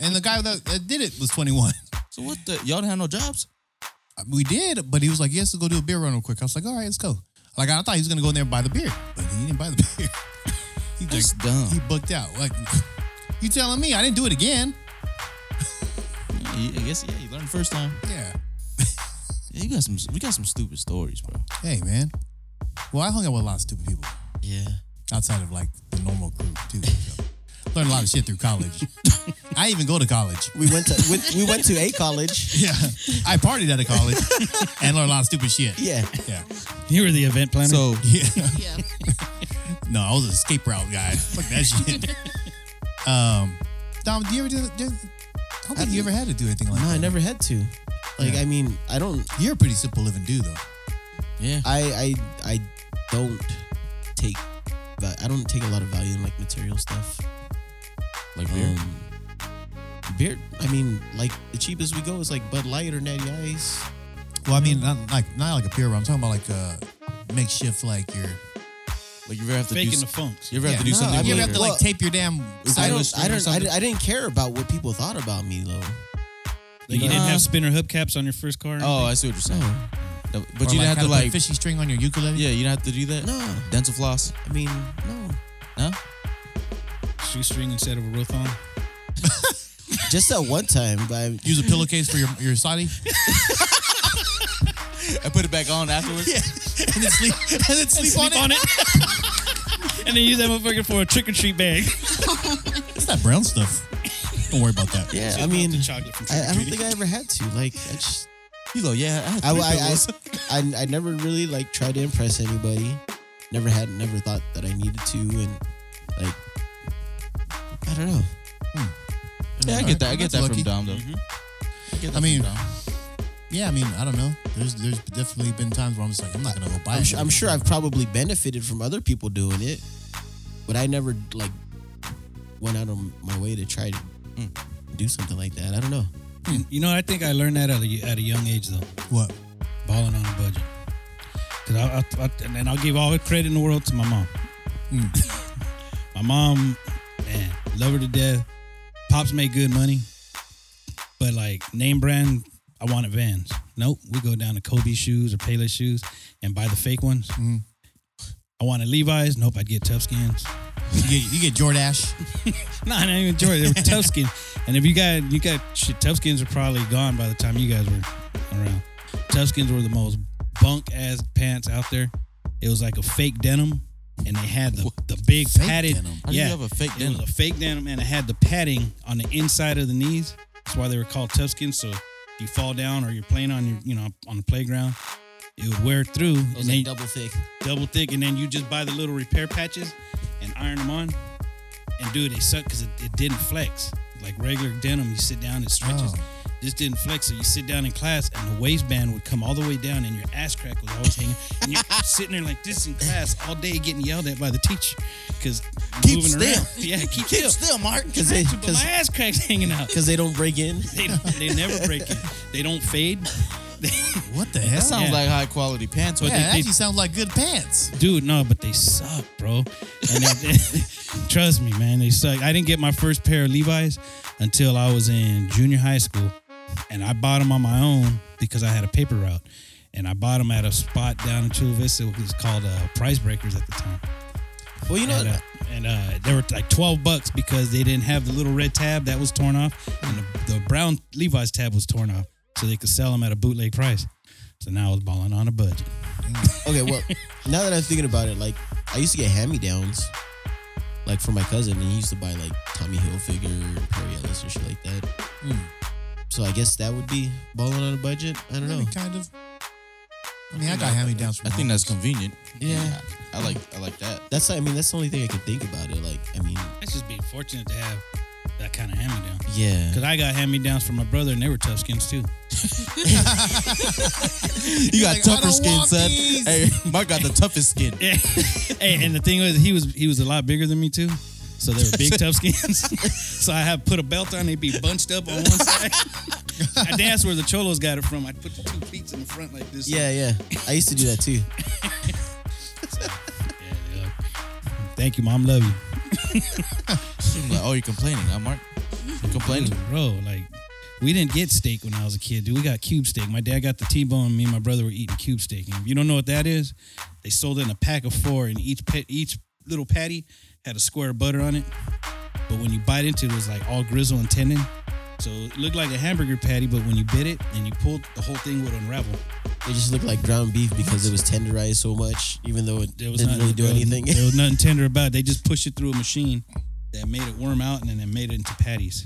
Speaker 3: And the guy that, that did it was 21.
Speaker 6: So what the? Y'all didn't have no jobs?
Speaker 3: We did, but he was like, yes, let's go do a beer run real quick. I was like, all right, let's go. Like, I thought he was going to go in there and buy the beer, but he didn't buy the beer. He
Speaker 6: That's
Speaker 3: just he
Speaker 6: dumb.
Speaker 3: booked out. Like, you telling me I didn't do it again?
Speaker 6: Yeah, I guess yeah. You learned first time.
Speaker 3: Yeah.
Speaker 6: Yeah, you got some. We got some stupid stories, bro.
Speaker 3: Hey, man. Well, I hung out with a lot of stupid people
Speaker 6: Yeah.
Speaker 3: outside of like the normal crew too. So. Learned a lot of shit through college. I didn't even go to college.
Speaker 5: We went to we, we went to a college.
Speaker 3: Yeah, I partied at a college and learned a lot of stupid shit.
Speaker 5: Yeah.
Speaker 3: Yeah,
Speaker 4: You were the event planner.
Speaker 6: So
Speaker 3: yeah.
Speaker 7: Yeah.
Speaker 3: No, I was an escape route guy. Fuck that shit. Um, Dom, do you ever do? do I don't think you ever had to do anything like
Speaker 5: No, I
Speaker 3: that.
Speaker 5: never had to. Like,
Speaker 3: Yeah.
Speaker 5: I mean, I don't.
Speaker 3: You're a pretty simple living dude, though.
Speaker 6: yeah.
Speaker 5: I I I don't take. va- I don't take a lot of value in like material stuff.
Speaker 6: Like weird.
Speaker 5: Um, beer. I mean, like the cheapest we go is like Bud Light or Natty Ice.
Speaker 3: Well, I mean, not like not like a beer run. I'm talking about like uh makeshift, like your.
Speaker 6: Like you ever have to do.
Speaker 4: faking the
Speaker 6: s-
Speaker 4: funks.
Speaker 6: You ever have to do
Speaker 5: no,
Speaker 6: something?
Speaker 5: I've
Speaker 3: You
Speaker 6: with
Speaker 3: ever
Speaker 5: never
Speaker 3: have
Speaker 6: it?
Speaker 3: to
Speaker 5: Well,
Speaker 3: like tape your damn.
Speaker 5: I
Speaker 3: Side
Speaker 6: Iowa
Speaker 5: don't.
Speaker 6: Street
Speaker 5: I
Speaker 6: or
Speaker 5: don't. I,
Speaker 6: something?
Speaker 5: di- I didn't care about what people thought about me though.
Speaker 4: Like, you didn't have spinner hubcaps on your first car. or
Speaker 6: Uh-huh. Oh, I see what you're saying. No,
Speaker 3: or,
Speaker 6: But you
Speaker 3: like,
Speaker 6: didn't
Speaker 3: how
Speaker 6: have to
Speaker 3: put
Speaker 6: like.
Speaker 3: fishy string on your ukulele.
Speaker 6: Yeah, you didn't have to do that.
Speaker 5: No.
Speaker 6: Dental floss.
Speaker 5: I mean, no.
Speaker 6: No.
Speaker 4: anything? shoestring instead of a real thong.
Speaker 5: Just that one time, but I,
Speaker 3: Use a pillowcase for your your soddy
Speaker 6: I put it back on afterwards. Yeah.
Speaker 3: and then sleep and then sleep, on, it.
Speaker 4: and then use that motherfucker for a trick or treat bag.
Speaker 3: It's that brown stuff. Don't worry about that.
Speaker 5: yeah. I mean,
Speaker 4: chocolate from
Speaker 5: I, I don't think I ever had to. Like, I just.
Speaker 6: You go. Yeah. I, had
Speaker 5: I,
Speaker 6: three
Speaker 5: I,
Speaker 6: pillows."
Speaker 5: I, I, I never really like tried to impress anybody. Never had, never thought that I needed to, and like, I don't know.
Speaker 6: yeah, I
Speaker 3: Alright,
Speaker 6: get that. I get
Speaker 3: that's
Speaker 6: that
Speaker 3: lucky.
Speaker 6: from Dom though. I, get that
Speaker 3: I mean-
Speaker 6: from Dom.
Speaker 3: Yeah, I mean, I don't know. There's there's definitely been times where I'm just like, I'm not gonna go buy
Speaker 5: I'm,
Speaker 3: it.
Speaker 5: su- I'm sure I've probably benefited from other people doing it, but I never like went out of my way to try to do something like that. I don't know.
Speaker 4: You know, I think I learned that at a, at a young age though.
Speaker 3: what.
Speaker 4: balling on a budget. Cause I, I, I and I'll give all the credit in the world to my mom. my mom, man, love her to death. Pops made good money, but like name brand, I wanted Vans. Nope, we go down to Kobe shoes or Payless shoes and buy the fake ones. I wanted Levi's. Nope, I'd get Tough Skins.
Speaker 3: You get you get Jordash.
Speaker 4: No, I didn't even enjoy it. They were tough skin. And if you got you got shit, Toughskins are probably gone by the time you guys were around. Toughskins were the most bunk ass pants out there. It was like a fake denim, and they had the, the big
Speaker 3: Fake
Speaker 4: padded.
Speaker 3: denim?
Speaker 6: How do you
Speaker 4: yeah,
Speaker 6: have a fake
Speaker 4: it
Speaker 6: denim?
Speaker 4: was a fake denim, and it had the padding on the inside of the knees. That's why they were called Toughskins. So if you fall down or you're playing on your you know on the playground, it would wear through,
Speaker 5: It
Speaker 4: and
Speaker 5: was
Speaker 4: they
Speaker 5: like double thick.
Speaker 4: double thick, and then you just buy the little repair patches and iron them on. And dude, they suck because it, it didn't flex. Like regular denim, you sit down, it stretches.
Speaker 3: Oh.
Speaker 4: This didn't flex, so you sit down in class, and the waistband would come all the way down, and your ass crack was always hanging. and you're sitting there like this in class all day, getting yelled at by the teacher because
Speaker 5: Keep
Speaker 4: moving around.
Speaker 5: still.
Speaker 4: Yeah, keep,
Speaker 5: Keep
Speaker 4: still.
Speaker 5: still, Mark, because they
Speaker 4: But my ass crack's hanging out.
Speaker 5: because they don't break in.
Speaker 4: They, they never break in. They don't fade.
Speaker 3: What the hell?
Speaker 6: That sounds
Speaker 4: Yeah.
Speaker 6: like high quality pants.
Speaker 3: yeah,
Speaker 6: But
Speaker 4: they-
Speaker 3: that actually sounds like good pants.
Speaker 4: Dude, no, but they suck, bro. And they- trust me, man, they suck. I didn't get my first pair of Levi's until I was in junior high school, and I bought them on my own because I had a paper route, and I bought them at a spot down in Chula Vista. It was called uh, Price Breakers at the time,
Speaker 5: Well, you know,
Speaker 4: and, uh, and uh, they were like twelve bucks because they didn't have the little red tab that was torn off, and the, the brown Levi's tab was torn off, so they could sell them at a bootleg price. So now I was balling on a budget.
Speaker 5: okay. Well, now that I'm thinking about it, like I used to get hand me downs, like for my cousin, and he used to buy like Tommy Hilfiger, or Perry Ellis, or shit like that.
Speaker 6: Hmm.
Speaker 5: So I guess that would be balling on a budget. I don't
Speaker 3: I
Speaker 5: know.
Speaker 3: mean, kind of. Oh. I mean, I got hand me downs from.
Speaker 6: I think
Speaker 3: my-
Speaker 6: that's convenient.
Speaker 5: Yeah.
Speaker 6: I like I like that.
Speaker 5: That's I mean that's the only thing I could think about it. Like I mean,
Speaker 4: That's just being fortunate to have that kind of hand me down.
Speaker 5: yeah.
Speaker 4: Cause I got hand me downs from my brother, and they were tough skins too.
Speaker 6: You got
Speaker 3: Like, I
Speaker 6: tougher
Speaker 3: don't
Speaker 6: skin,
Speaker 3: want
Speaker 6: son.
Speaker 3: these.
Speaker 6: Hey, Mark got the toughest skin.
Speaker 4: Yeah. hey, and the thing was, he was he was a lot bigger than me too, so they were big tough skins. so I had put a belt on; they'd be bunched up on one side. I danced where the cholos got it from. I'd put the two feet in the front like this.
Speaker 5: Yeah, yeah. I used to do that too.
Speaker 4: Yeah, yeah. Thank you, mom. Love you,
Speaker 6: I'm like, oh, you're complaining, huh, Mark? You're complaining.
Speaker 4: bro. Like. We didn't get steak when I was a kid, dude. We got cube steak. My dad got the T-bone. and Me and my brother were eating cube steak. And if you don't know what that is, they sold it in a pack of four, and each pet, each little patty had a square of butter on it. But when you bite into it, it was like all grizzle and tendon. So it looked like a hamburger patty, but when you bit it and you pulled, the whole thing would unravel.
Speaker 5: It just looked like ground beef because it was tenderized so much, even though it
Speaker 4: There was
Speaker 5: didn't
Speaker 4: nothing,
Speaker 5: really do
Speaker 4: there was-
Speaker 5: anything.
Speaker 4: there was nothing tender about it. They just pushed it through a machine that made it worm out and then they made it into patties.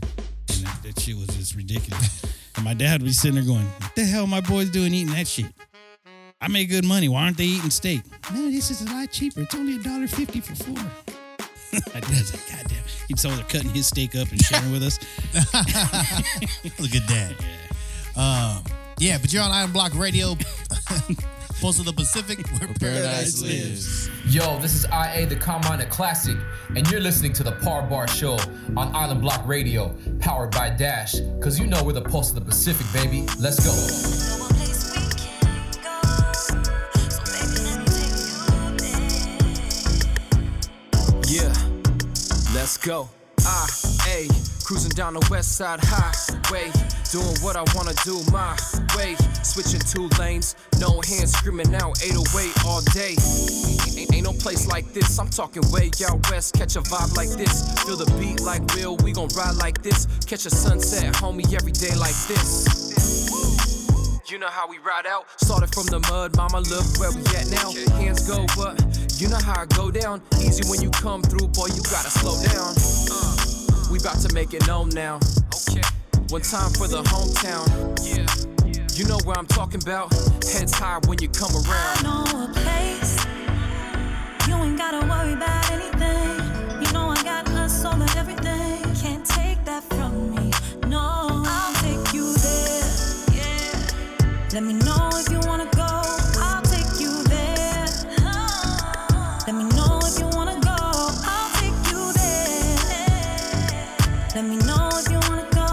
Speaker 4: And that, that shit was just ridiculous. and my dad would be sitting there going, What the hell are my boys doing eating that shit? I make good money. Why aren't they eating steak? Man, this is a lot cheaper. It's only a dollar fifty for four. My dad's like, God damn. He'd so they're cutting his steak up and sharing with us.
Speaker 3: Look at that. Um, yeah, but you're on Iron Block Radio, Pulse of the Pacific, where paradise lives.
Speaker 9: Yo, this is IA the Carmina Classic, and you're listening to the Par Bar Show on Island Block Radio, powered by Dash, because you know we're the pulse of the Pacific, baby. Let's go.
Speaker 10: Yeah, let's go. I, A, cruising down the west side highway, doing what I wanna do my way. Switching two lanes, no hands screaming out 808 all day. Ain't, ain't no place like this, I'm talking way out west. Catch a vibe like this, feel the beat like real, we gon' ride like this. Catch a sunset, homie, every day like this. You know how we ride out. Started from the mud, mama, look where we at now. Hands go up, you know how I go down. Easy when you come through, boy, you gotta slow down. Uh, we bout to make it known now. Okay. One time for the hometown. Yeah. You know where I'm talking about. Heads high when you come around.
Speaker 8: know a place. You ain't gotta worry about anything. You know I got us all and everything. Can't take that from me. No, I'll take you there. Yeah. Let me know if you wanna go. I'll take you there. Let me know if you wanna go. I'll take you there. Let me know if you wanna go.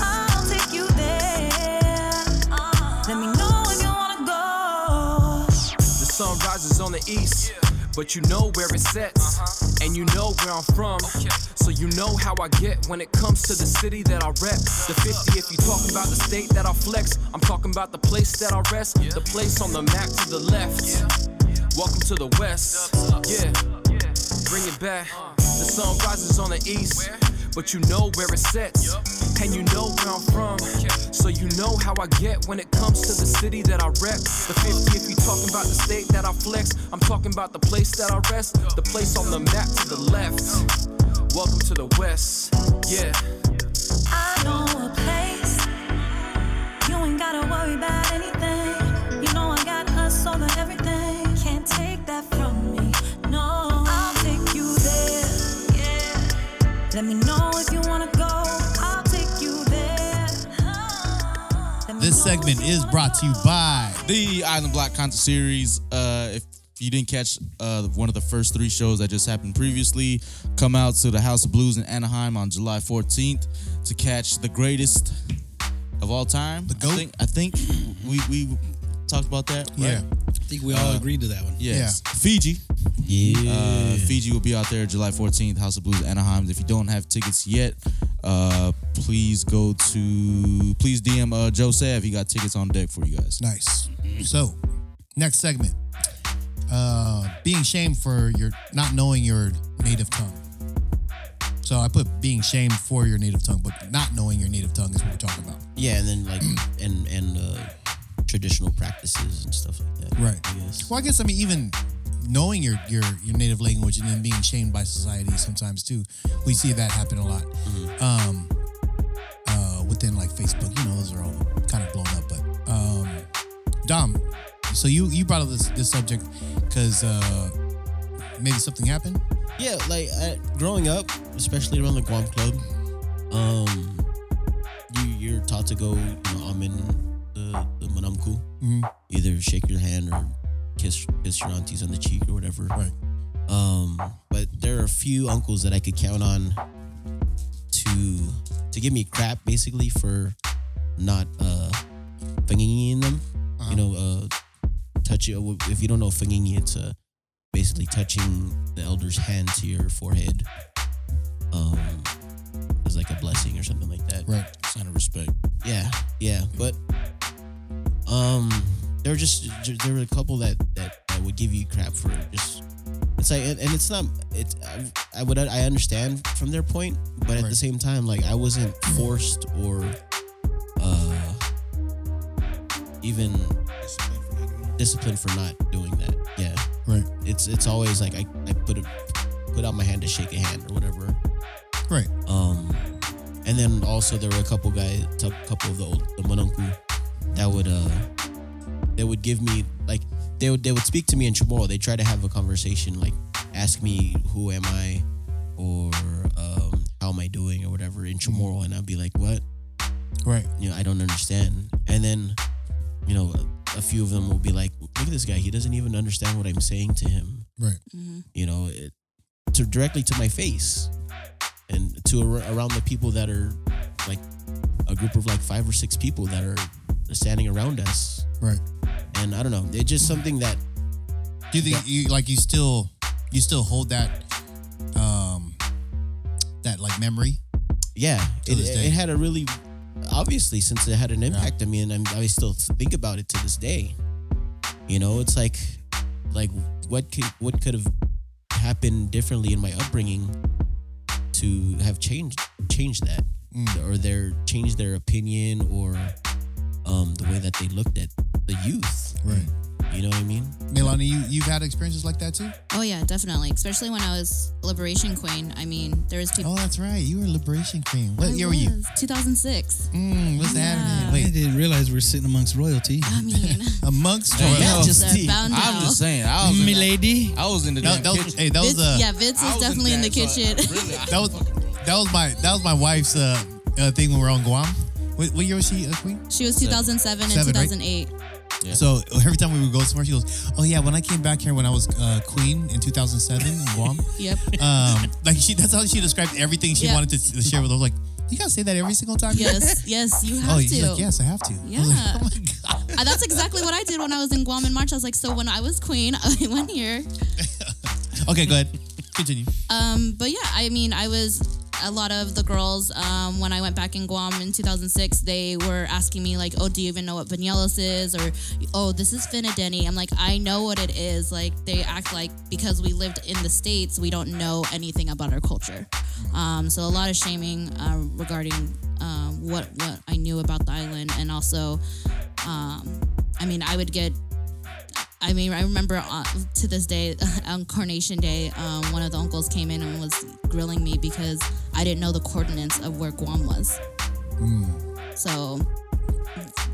Speaker 8: I'll take you there. Uh, Let me know if you wanna go.
Speaker 10: The sun rises on the east, but you know where it sets, and you know where I'm from. So you know how I get when it comes to the city that I rep. The 50, if you talking about the state that I flex, I'm talking about the place that I rest, the place on the map to the left. Welcome to the west, yeah. Bring it back. The sun rises on the east, but you know where it sets. And you know where I'm from, so you know how I get when it comes to the city that I rep. The 50, if you talking about the state that I flex, I'm talking about the place that I rest, the place on the map to the left. Welcome to the West, yeah.
Speaker 11: I know a place. You ain't gotta worry about anything. You know I got us all and everything. Can't take that from me. No, I'll take you there. Yeah. Let me know if you wanna go. I'll take you there. Let me know
Speaker 3: This
Speaker 11: if
Speaker 3: segment
Speaker 11: you
Speaker 3: is
Speaker 11: wanna
Speaker 3: brought to you by.
Speaker 6: the Island Block Concert Series. Uh, if you didn't catch uh, one of the first three shows that just happened previously, come out to the House of Blues in Anaheim on July 14th to catch the greatest of all time. The
Speaker 3: GOAT?
Speaker 6: I think, I think we, we talked about that. Right?
Speaker 3: Yeah.
Speaker 4: I think we
Speaker 3: Uh,
Speaker 4: all agreed to that one.
Speaker 6: Yes. Fiji.
Speaker 5: Yeah.
Speaker 6: Uh, Fiji will be out there July 14th, House of Blues, Anaheim. If you don't have tickets yet, uh, please go to, please DM uh, Joe Sav. He got tickets on deck for you guys.
Speaker 3: Nice. So, next segment. Uh, being shamed for your not knowing your native tongue. So I put being shamed for your native tongue, but not knowing your native tongue is what we're talking about.
Speaker 5: Yeah, and then like and and uh, traditional practices and stuff like that.
Speaker 3: Right.
Speaker 5: I guess.
Speaker 3: Well, I guess I mean even knowing your your your native language and then being shamed by society sometimes too. We see that happen a lot.
Speaker 7: Mm-hmm.
Speaker 3: Um, uh, within like Facebook, you know, those are all kind of blown up. But um, Dom, so you you brought up this this subject because uh, maybe something happened.
Speaker 5: Yeah, like I, growing up, especially around the Guam Club, um, you you're taught to go, you know, amen the the manamku,
Speaker 6: Mm-hmm.
Speaker 3: Mhm.
Speaker 5: either shake your hand or kiss kiss your aunties on the cheek or whatever.
Speaker 3: Right.
Speaker 5: Um, but there are a few uncles that I could count on to to give me crap basically for not uh finging in them. You know, uh touch it if you don't know finging it's uh basically touching the elder's hand to your forehead. Um is like a blessing or something like that.
Speaker 3: Right.
Speaker 6: Sign of respect.
Speaker 5: Yeah, yeah, but um, there were just j- there were a couple that that, that would give you crap for it. just it's like and, and it's not it's I, I would I understand from their point, but at
Speaker 3: Right.
Speaker 5: the same time, like I wasn't forced or uh even disciplined for not doing that. Yeah,
Speaker 3: Right.
Speaker 5: it's it's always like I I put a put out my hand to shake a hand or whatever.
Speaker 3: Right.
Speaker 5: Um, and then also there were a couple guys, a couple of the old the manunku that would uh, they would give me like they would they would speak to me in Chamorro. They try to have a conversation, like ask me who am I or um, how am I doing or whatever in Chamorro, and I'd be like, what?
Speaker 3: Right.
Speaker 5: You know, I don't understand. And then, you know, a, a few of them will be like, look at this guy. He doesn't even understand what I'm saying to him
Speaker 3: Right.
Speaker 5: you know, it, to directly to my face and to ar- around the people that are like a group of like five or six people that are standing around us.
Speaker 3: Right.
Speaker 5: And I don't know, it's just something that
Speaker 3: Do you think you like you still you still hold that um that like memory?
Speaker 5: yeah,
Speaker 3: To
Speaker 5: it,
Speaker 3: this day.
Speaker 5: it had a really obviously since it had an impact on me, and I'm, I still think about it to this day. You know, it's like like what could what could have happened differently in my upbringing to have changed changed that
Speaker 3: Mm.
Speaker 5: or their changed their opinion or um,
Speaker 3: Uh,
Speaker 5: the way that they looked at the youth.
Speaker 3: Right.
Speaker 5: You know what I mean?
Speaker 3: Milani, you you've had experiences like that too?
Speaker 7: Oh yeah, definitely. Especially when I was Liberation Queen. I mean, there was people.
Speaker 3: Oh, that's right. You were Liberation Queen. What
Speaker 7: I
Speaker 3: year were you?
Speaker 7: was, 2006.
Speaker 3: Mm, what's happening?
Speaker 4: I
Speaker 3: Wait,
Speaker 4: didn't realize we are sitting amongst royalty.
Speaker 7: I mean,
Speaker 3: amongst
Speaker 6: Hey,
Speaker 3: royals.
Speaker 6: that
Speaker 7: Vince
Speaker 6: was-
Speaker 7: is
Speaker 5: Justine.
Speaker 7: bound
Speaker 6: I'm
Speaker 7: out.
Speaker 6: just saying. I was, in the,
Speaker 4: Milady.
Speaker 6: I was in the
Speaker 3: No,
Speaker 6: damn
Speaker 3: that was,
Speaker 6: kitchen.
Speaker 3: hey, that was
Speaker 7: Vince-
Speaker 3: uh,
Speaker 7: yeah, Vince
Speaker 6: I
Speaker 7: is
Speaker 6: was
Speaker 7: definitely in the
Speaker 6: there, so I-
Speaker 7: kitchen.
Speaker 6: really, I-
Speaker 3: that was that was my that was my wife's uh, uh thing when we were on Guam. What, what year was she a queen?
Speaker 7: she was 2007 and
Speaker 3: Seven, right?
Speaker 7: 2008.
Speaker 6: Yeah.
Speaker 3: So every time we would go somewhere, she goes, "Oh yeah, when I came back here when I was uh, queen in 2007 in Guam,
Speaker 7: Yep.
Speaker 3: um, like she that's how she described everything she
Speaker 7: Yeah.
Speaker 3: wanted to, to share with us. Like, you gotta say that every single time.
Speaker 7: yes, yes, you have
Speaker 3: Oh,
Speaker 7: to.
Speaker 3: she's like, yes, I have to. I was like,
Speaker 7: Yeah.
Speaker 3: oh my god.
Speaker 7: Uh, That's exactly what I did when I was in Guam in March. I was like, so when I was queen, I went here.
Speaker 3: Okay, go ahead. Continue.
Speaker 7: Um, but yeah, I mean, I was a lot of the girls um, when I went back in Guam in 2006. They were asking me like, "Oh, do you even know what Vanillas is?" Or, "Oh, this is Finadeni." I'm like, I know what it is. Like they act like because we lived in the states, we don't know anything about our culture. Um, so a lot of shaming uh, regarding um, what what I knew about the island, and also, um, I mean, I would get I mean, I remember uh, to this day on Carnation Day, um, one of the uncles came in and was grilling me because I didn't know the coordinates of where Guam was. So,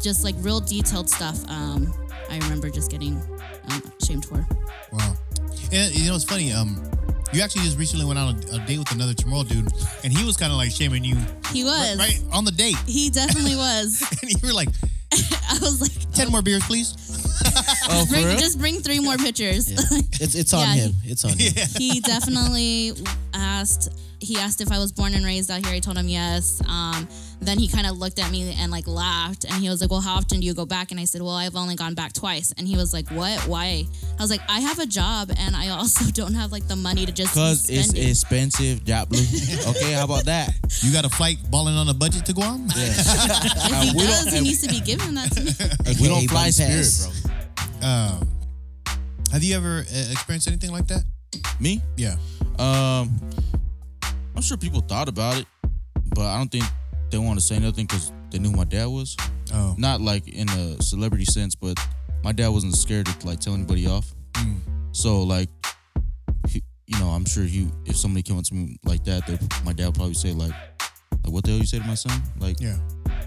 Speaker 7: just like real detailed stuff, um, I remember just getting um, shamed for.
Speaker 3: Wow. And you know, it's funny. Um, you actually just recently went on a, a date with another Chamorro dude, and he was kind of like shaming you
Speaker 7: He was.
Speaker 3: right on the date,
Speaker 7: He definitely was.
Speaker 3: and you were like,
Speaker 7: I was like,
Speaker 3: ten more beers, please."
Speaker 6: Oh, for
Speaker 7: bring,
Speaker 6: real?
Speaker 7: just bring three more pictures.
Speaker 5: It's it's on
Speaker 7: Yeah,
Speaker 5: him. It's on him.
Speaker 7: he definitely asked he asked if i was born and raised out here i told him yes um, then he kind of looked at me and like laughed and he was like well how often do you go back and i said well i've only gone back twice and he was like what why i was like i have a job and i also don't have like the money to just be
Speaker 6: Cause it's
Speaker 7: spending.
Speaker 6: expensive, JetBlue. okay, how about that?
Speaker 3: You got a flight balling on a budget to Guam?
Speaker 6: Yeah.
Speaker 7: if he
Speaker 6: we don't
Speaker 7: does he
Speaker 6: have-
Speaker 7: needs to be giving that to me
Speaker 6: we
Speaker 5: AKA
Speaker 6: don't fly
Speaker 5: Buddy
Speaker 6: Spirit,
Speaker 5: Pass.
Speaker 6: bro.
Speaker 3: Uh, have you ever uh, experienced anything like that?
Speaker 6: Me?
Speaker 3: Yeah.
Speaker 6: Um, I'm sure people thought about it, but I don't think they want to say nothing because they knew who my dad was.
Speaker 3: Oh.
Speaker 6: Not like in a celebrity sense, but my dad wasn't scared of like telling anybody off.
Speaker 3: Mm.
Speaker 6: So like, he, you know, I'm sure he if somebody came up to me like that, they, my dad would probably say like, like, "What the hell you say to my son?" Like,
Speaker 3: Yeah.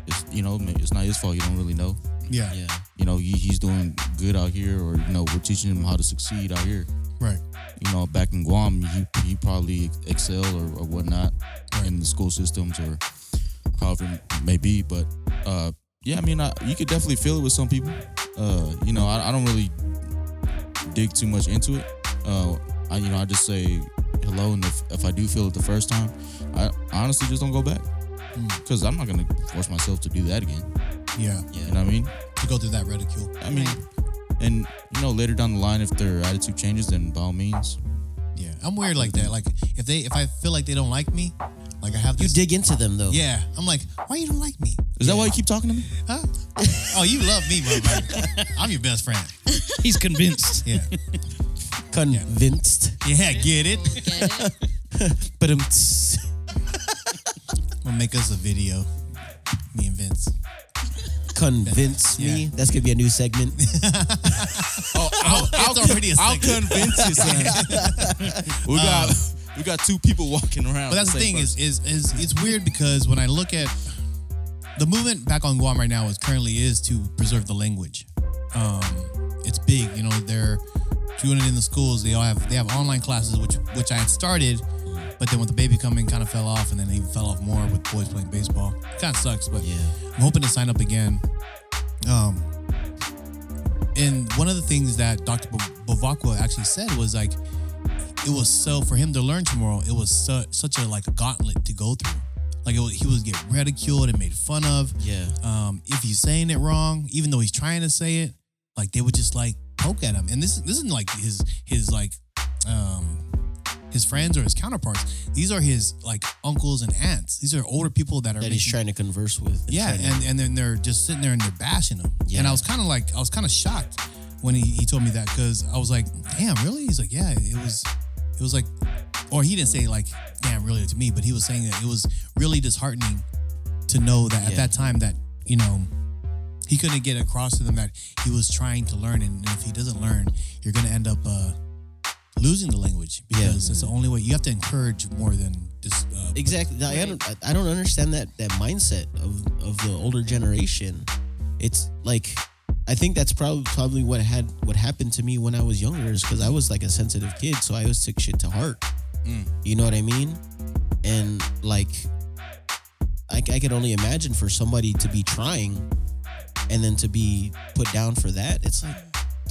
Speaker 6: it's you know, it's not his fault. You don't really know.
Speaker 3: Yeah.
Speaker 5: Yeah.
Speaker 6: You know, he, he's doing good out here, or you know, we're teaching him how to succeed out here
Speaker 3: Right.
Speaker 6: you know, back in Guam, he, he probably excel or, or whatnot in the school systems or however it may be. But uh, yeah, I mean, I, you could definitely feel it with some people. Uh, you know, I, I don't really dig too much into it. Uh, I, you know, I just say hello, and if, if I do feel it the first time, I honestly just don't go back because I'm not gonna force myself to do that again.
Speaker 3: Yeah.
Speaker 6: You know what I mean?
Speaker 3: To go through that ridicule.
Speaker 6: I mean, and you know, later down the line, if their attitude changes, then by all means,
Speaker 3: Yeah. I'm weird like that. Like if they if I feel like they don't like me, like I have
Speaker 5: You
Speaker 3: this.
Speaker 5: dig into them though.
Speaker 3: Yeah. I'm like, why you don't like me?
Speaker 6: is that why you keep talking to me?
Speaker 3: Huh? oh, you love me, motherfucker. I'm your best friend.
Speaker 4: He's convinced.
Speaker 3: Yeah.
Speaker 5: Convinced.
Speaker 3: Yeah. Get it? I'm
Speaker 7: Get it?
Speaker 5: But um,
Speaker 3: gonna make us a video. Me and Vince.
Speaker 5: convince me.
Speaker 3: Yeah.
Speaker 5: That's gonna be a new segment.
Speaker 6: Oh,
Speaker 3: It's already a
Speaker 6: I'll
Speaker 3: second.
Speaker 6: convince you, son. we got um, we got two people walking around.
Speaker 3: But that's the thing is, is is it's weird because when I look at the movement back on Guam right now is currently is to preserve the language. Um, it's big, you know. They're doing it in the schools. They all have they have online classes, which which I had started, but then with the baby coming, kind of fell off, and then it even fell off more with boys playing baseball. Kind of sucks, but
Speaker 5: Yeah.
Speaker 3: I'm hoping to sign up again. Um, and one of the things that Dr. B- Bavakwa actually said was like, it was so for him to learn tomorrow. It was su- such a like gauntlet to go through. Like it was, he was get ridiculed and made fun of.
Speaker 5: Yeah.
Speaker 3: Um, if he's saying it wrong, even though he's trying to say it, like they would just like poke at him. And this this isn't like his his like um his friends or his counterparts. These are his like uncles and aunts. These are older people that are
Speaker 5: That he's
Speaker 3: making-
Speaker 5: trying to converse with.
Speaker 3: yeah,
Speaker 5: trying to-
Speaker 3: and, and then they're just sitting there and they're bashing him.
Speaker 5: Yeah.
Speaker 3: And I was kind of like, I was kind of shocked when he, he told me that because I was like, damn, really? He's like, yeah, it was, it was like, or he didn't say like, damn, really to me, but he was saying that it was really disheartening to know that at
Speaker 5: Yeah.
Speaker 3: that time that, you know, he couldn't get across to them that he was trying to learn. And if he doesn't learn, you're going to end up uh, losing the language because it's the only way you have to encourage more than just. Uh,
Speaker 5: Exactly. Now, I don't. I- I don't understand that that mindset of of the older generation. It's like, I think that's probably probably what had what happened to me when I was younger is because I was like a sensitive kid, so I always took shit to heart.
Speaker 3: Mm.
Speaker 5: You know what I mean? And like, I, I could only imagine for somebody to be trying, and then to be put down for that. It's like,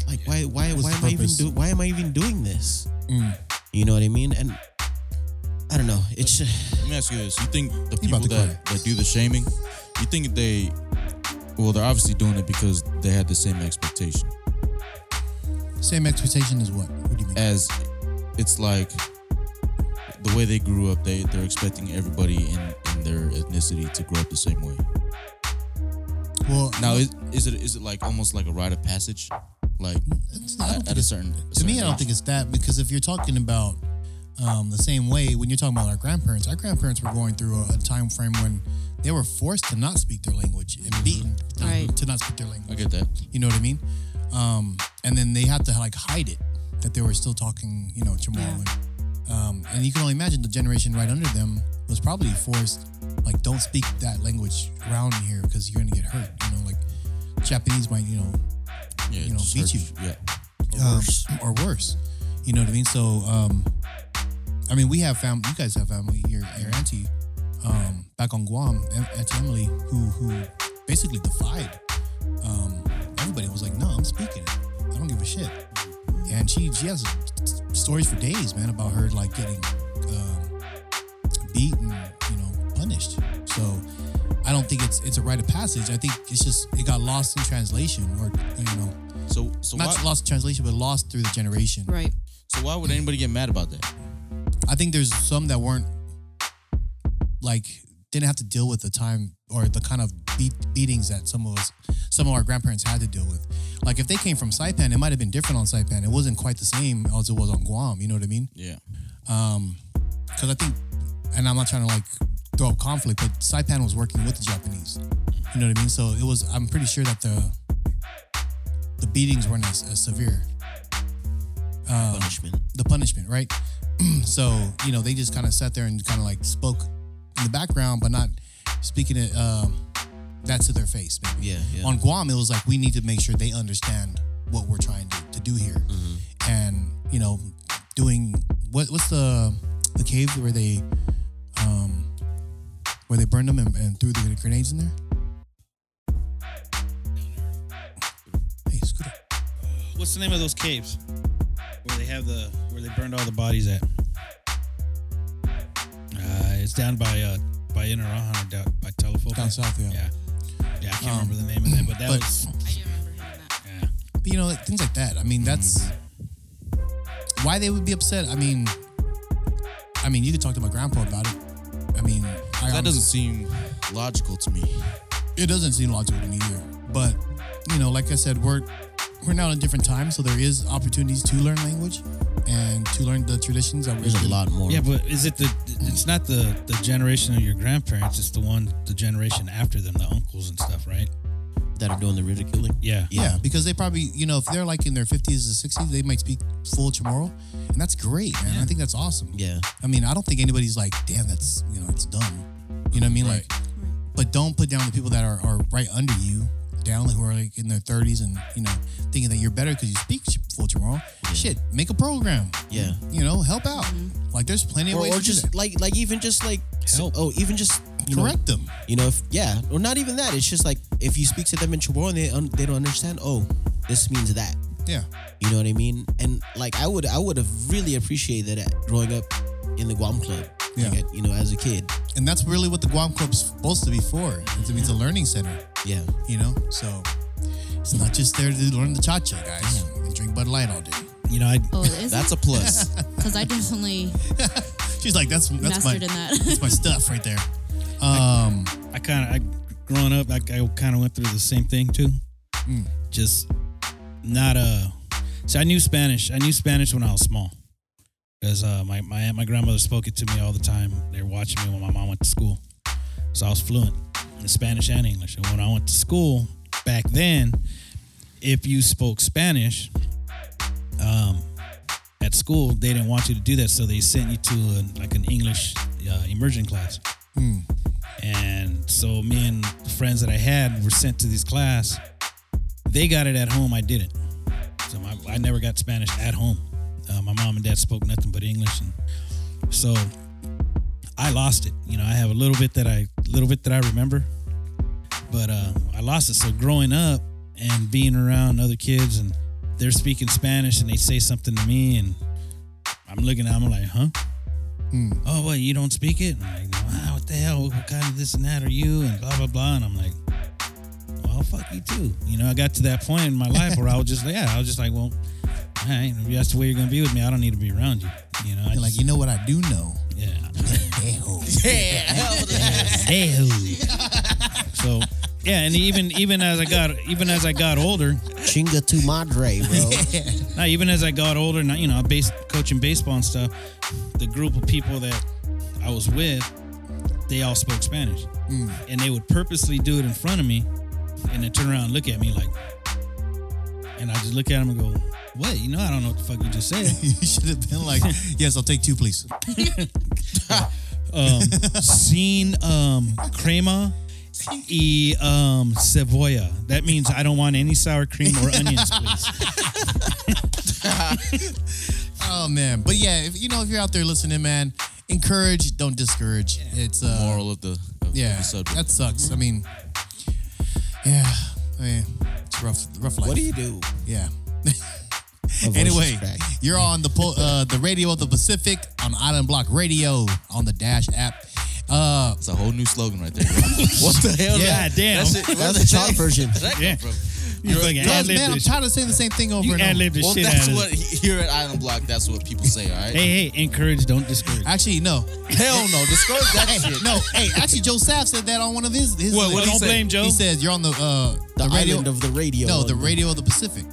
Speaker 5: like why why
Speaker 3: was
Speaker 5: why
Speaker 3: the
Speaker 5: am I even
Speaker 3: purpose?
Speaker 5: do, why am I even doing this?
Speaker 3: Mm.
Speaker 5: You know what I mean? And I don't know. It's.
Speaker 6: Let me ask you this: You think the
Speaker 3: You about
Speaker 6: people
Speaker 3: to
Speaker 6: that, that do the shaming, you think they, well, they're obviously doing it because they had the same expectation.
Speaker 3: Same expectation as what? What do you mean?
Speaker 6: As it's like the way they grew up, they they're expecting everybody in, in their ethnicity to grow up the same way.
Speaker 3: well,
Speaker 6: Now, is, is it is it like almost like a rite of passage, like
Speaker 3: It's- I don't
Speaker 6: at,
Speaker 3: think
Speaker 6: at a
Speaker 3: it's-
Speaker 6: certain
Speaker 3: to me, I don't think it's that because if you're talking about um, the same way when you're talking about our grandparents, our grandparents were going through a, a time frame when they were forced to not speak their language and beaten to,
Speaker 7: Right.
Speaker 3: to not speak their language.
Speaker 6: Mm-hmm. I get that.
Speaker 3: You know what I mean? Um, and then they had to like hide it that they were still talking, you know, Chamorro. And, um, and you can only imagine the generation right under them was probably forced, like, don't speak that language around here because you're gonna get hurt. You know, like Japanese might, you know,
Speaker 6: Yeah,
Speaker 3: You know,
Speaker 6: just
Speaker 3: beat
Speaker 6: hurt-
Speaker 3: you.
Speaker 6: Yeah,
Speaker 3: um, or worse. You know what I mean? So, um, I mean, we have family. You guys have family. Your your auntie um, back on Guam, Em- Auntie Emily, who who basically defied um, everybody. Was like, no, I'm speaking it. I don't give a shit. And she she has s- stories for days, man, about her like getting um, beat and you know punished. So. I don't think it's it's a rite of passage. I think it's just it got lost in translation, or you know,
Speaker 6: So so
Speaker 3: not
Speaker 6: why,
Speaker 3: lost in translation, but lost through the generation.
Speaker 7: Right.
Speaker 6: so why would anybody get mad about that?
Speaker 3: I think there's some that weren't like didn't have to deal with the time or the kind of beat, beatings that some of us, some of our grandparents had to deal with. Like if they came from Saipan, it might have been different on Saipan. It wasn't quite the same as it was on Guam. You know what I mean?
Speaker 6: Yeah.
Speaker 3: because I think, and I'm not trying to like throw up conflict, but Saipan was working with the Japanese. You know what I mean? So it was. I'm pretty sure that the the beatings weren't as, as severe.
Speaker 5: punishment.
Speaker 3: the punishment, right? so you know they just kind of sat there and kind of like spoke in the background, but not speaking it um, that to their face. Maybe.
Speaker 5: Yeah, yeah.
Speaker 3: On Guam, it was like we need to make sure they understand what we're trying to, to do here,
Speaker 5: Mm-hmm.
Speaker 3: and you know, doing what what's the the cave where they um where they burned them and, and threw the grenades in there. Hey, scooter.
Speaker 4: What's the name of those caves where they have the where they burned all the bodies at? Uh, it's down by uh by Inarahan or down by Telephone.
Speaker 3: Down south, yeah.
Speaker 4: Yeah, yeah. I can't remember the name of that, but that
Speaker 3: but-
Speaker 4: was
Speaker 7: I do remember hearing that.
Speaker 4: yeah.
Speaker 3: But, you know, like, things like that. I mean, that's why they would be upset. I mean, I mean, you could talk to my grandpa about it. I mean, I,
Speaker 6: That doesn't seem logical to me.
Speaker 3: It doesn't seem logical to me either. But you know, like I said, we're we're now in a different time, so there is opportunities to learn language and to learn the traditions that we're.
Speaker 5: There's a lot more.
Speaker 4: Yeah, but is it the? It's not the the generation of your grandparents. It's the one the generation after them, the uncles and stuff, right?
Speaker 5: that are doing the ridiculing.
Speaker 4: Yeah.
Speaker 3: Yeah, because they probably, you know, if they're like in their 50s or 60s, they might speak full Chamorro, and that's great, man. I think that's awesome.
Speaker 5: Yeah.
Speaker 3: I mean, I don't think anybody's like, damn, that's you know, it's dumb. You know what I mean? Like, but don't put down the people that are, are right under you, down who are like in their thirties and you know thinking that you're better because you speak ch- full Chamorro. Shit, make a program.
Speaker 5: Yeah.
Speaker 3: You know, help out. Like, there's plenty of
Speaker 5: Or,
Speaker 3: ways
Speaker 5: or
Speaker 3: to just
Speaker 5: just like like even just like s-
Speaker 4: Help.
Speaker 5: oh even just you know,
Speaker 3: correct them.
Speaker 5: you know if yeah or not even that it's just like if you speak to them in Chamorro and they un- they don't understand oh this means that
Speaker 3: Yeah,
Speaker 5: you know what I mean and like I would I would have really appreciated that at- growing up in the Guam club
Speaker 3: Yeah.
Speaker 5: like, you know as a kid
Speaker 3: and that's really what the Guam Club's supposed to be for. It's, it's a learning center.
Speaker 5: yeah
Speaker 3: You know, so it's not just there to learn the cha cha, guys, and drink Bud Light all day.
Speaker 4: You know, I
Speaker 7: Oh, it is?
Speaker 6: That's a plus.
Speaker 7: Because I definitely
Speaker 3: She's like, that's that's my
Speaker 7: mastered in that.
Speaker 3: that's my stuff right there.
Speaker 4: I kind of I growing up, I, I kind of went through the same thing too. Just not uh So I knew Spanish. I knew Spanish when I was small because uh, my my aunt, my grandmother spoke it to me all the time. They were watching me when my mom went to school, so I was fluent in Spanish and English. And when I went to school back then, if you spoke Spanish, um, at school they didn't want you to do that, so they sent you to a, like an English uh, immersion class. And so me and the friends that I had were sent to this class. They got it at home. I didn't. So my, I never got Spanish at home. Uh, my mom and dad spoke nothing but English, and so I lost it. You know, I have a little bit that I, little bit that I remember, but uh, I lost it. So growing up and being around other kids and they're speaking Spanish and they say something to me and I'm looking at them like, huh? oh, what, you don't speak it? And I'm like, wow, what the hell? What, what kind of this and that are you? And blah, blah, blah. And I'm like, well, fuck you too. You know, I got to that point in my life where I was just like, yeah, I was just like, well, all right, if that's the way you're going to be with me, I don't need to be around you. You know, I
Speaker 3: You're like, you know what I do know?
Speaker 4: yeah.
Speaker 3: Ew.
Speaker 4: Ew. so, yeah, and even even as I got even as I got older,
Speaker 5: chinga tu madre bro
Speaker 4: Now, even as I got older, and I- you know, I base coaching baseball and stuff, the group of people that I was with, they all spoke Spanish, and they would purposely do it in front of me, and then turn around and look at me like, and I just look at them and go, "What? You know, I don't know what the fuck you just said."
Speaker 3: you should have been like, yes, I'll take two, please.
Speaker 4: um, sin um, crema y um, cebolla. That means I don't want any sour cream or onions, please.
Speaker 3: Oh man, but yeah, if, you know, if you're out there listening, man, encourage, don't discourage. It's uh,
Speaker 6: Moral of the, of
Speaker 3: Yeah,
Speaker 6: the subject.
Speaker 3: that sucks. I mean, yeah, I mean, it's rough, rough life.
Speaker 5: What do you do?
Speaker 3: Yeah.
Speaker 5: My voice is
Speaker 3: Anyway,
Speaker 5: cracked.
Speaker 3: you're on the po- uh, the radio of the Pacific on Island Block Radio on the Dash app. Uh,
Speaker 6: It's a whole new slogan right there. bro. what the hell?
Speaker 4: Yeah, damn.
Speaker 6: That's, it.
Speaker 5: That's the chart version.
Speaker 6: That
Speaker 4: Yeah.
Speaker 6: come from?
Speaker 4: You fucking
Speaker 3: guys,
Speaker 4: ad-lib
Speaker 3: man, I'm
Speaker 4: this.
Speaker 3: tired of saying the same thing over
Speaker 4: You
Speaker 3: and over.
Speaker 4: ad-lib the
Speaker 6: Well,
Speaker 4: shit
Speaker 6: that's
Speaker 4: out of
Speaker 6: what
Speaker 4: it.
Speaker 6: here at Island Block. That's what people say. All right.
Speaker 4: Hey, hey, encourage, don't discourage.
Speaker 3: Actually, no,
Speaker 6: Hell no. Discourage that
Speaker 3: hey,
Speaker 6: shit.
Speaker 3: no, hey, actually, Joe Sapp said that on one of his. his
Speaker 6: What- what
Speaker 4: don't
Speaker 6: he say?
Speaker 4: blame Joe.
Speaker 3: He says you're on the uh,
Speaker 5: The,
Speaker 3: radio
Speaker 5: island of the radio.
Speaker 3: no,
Speaker 5: on
Speaker 3: the radio of the Pacific,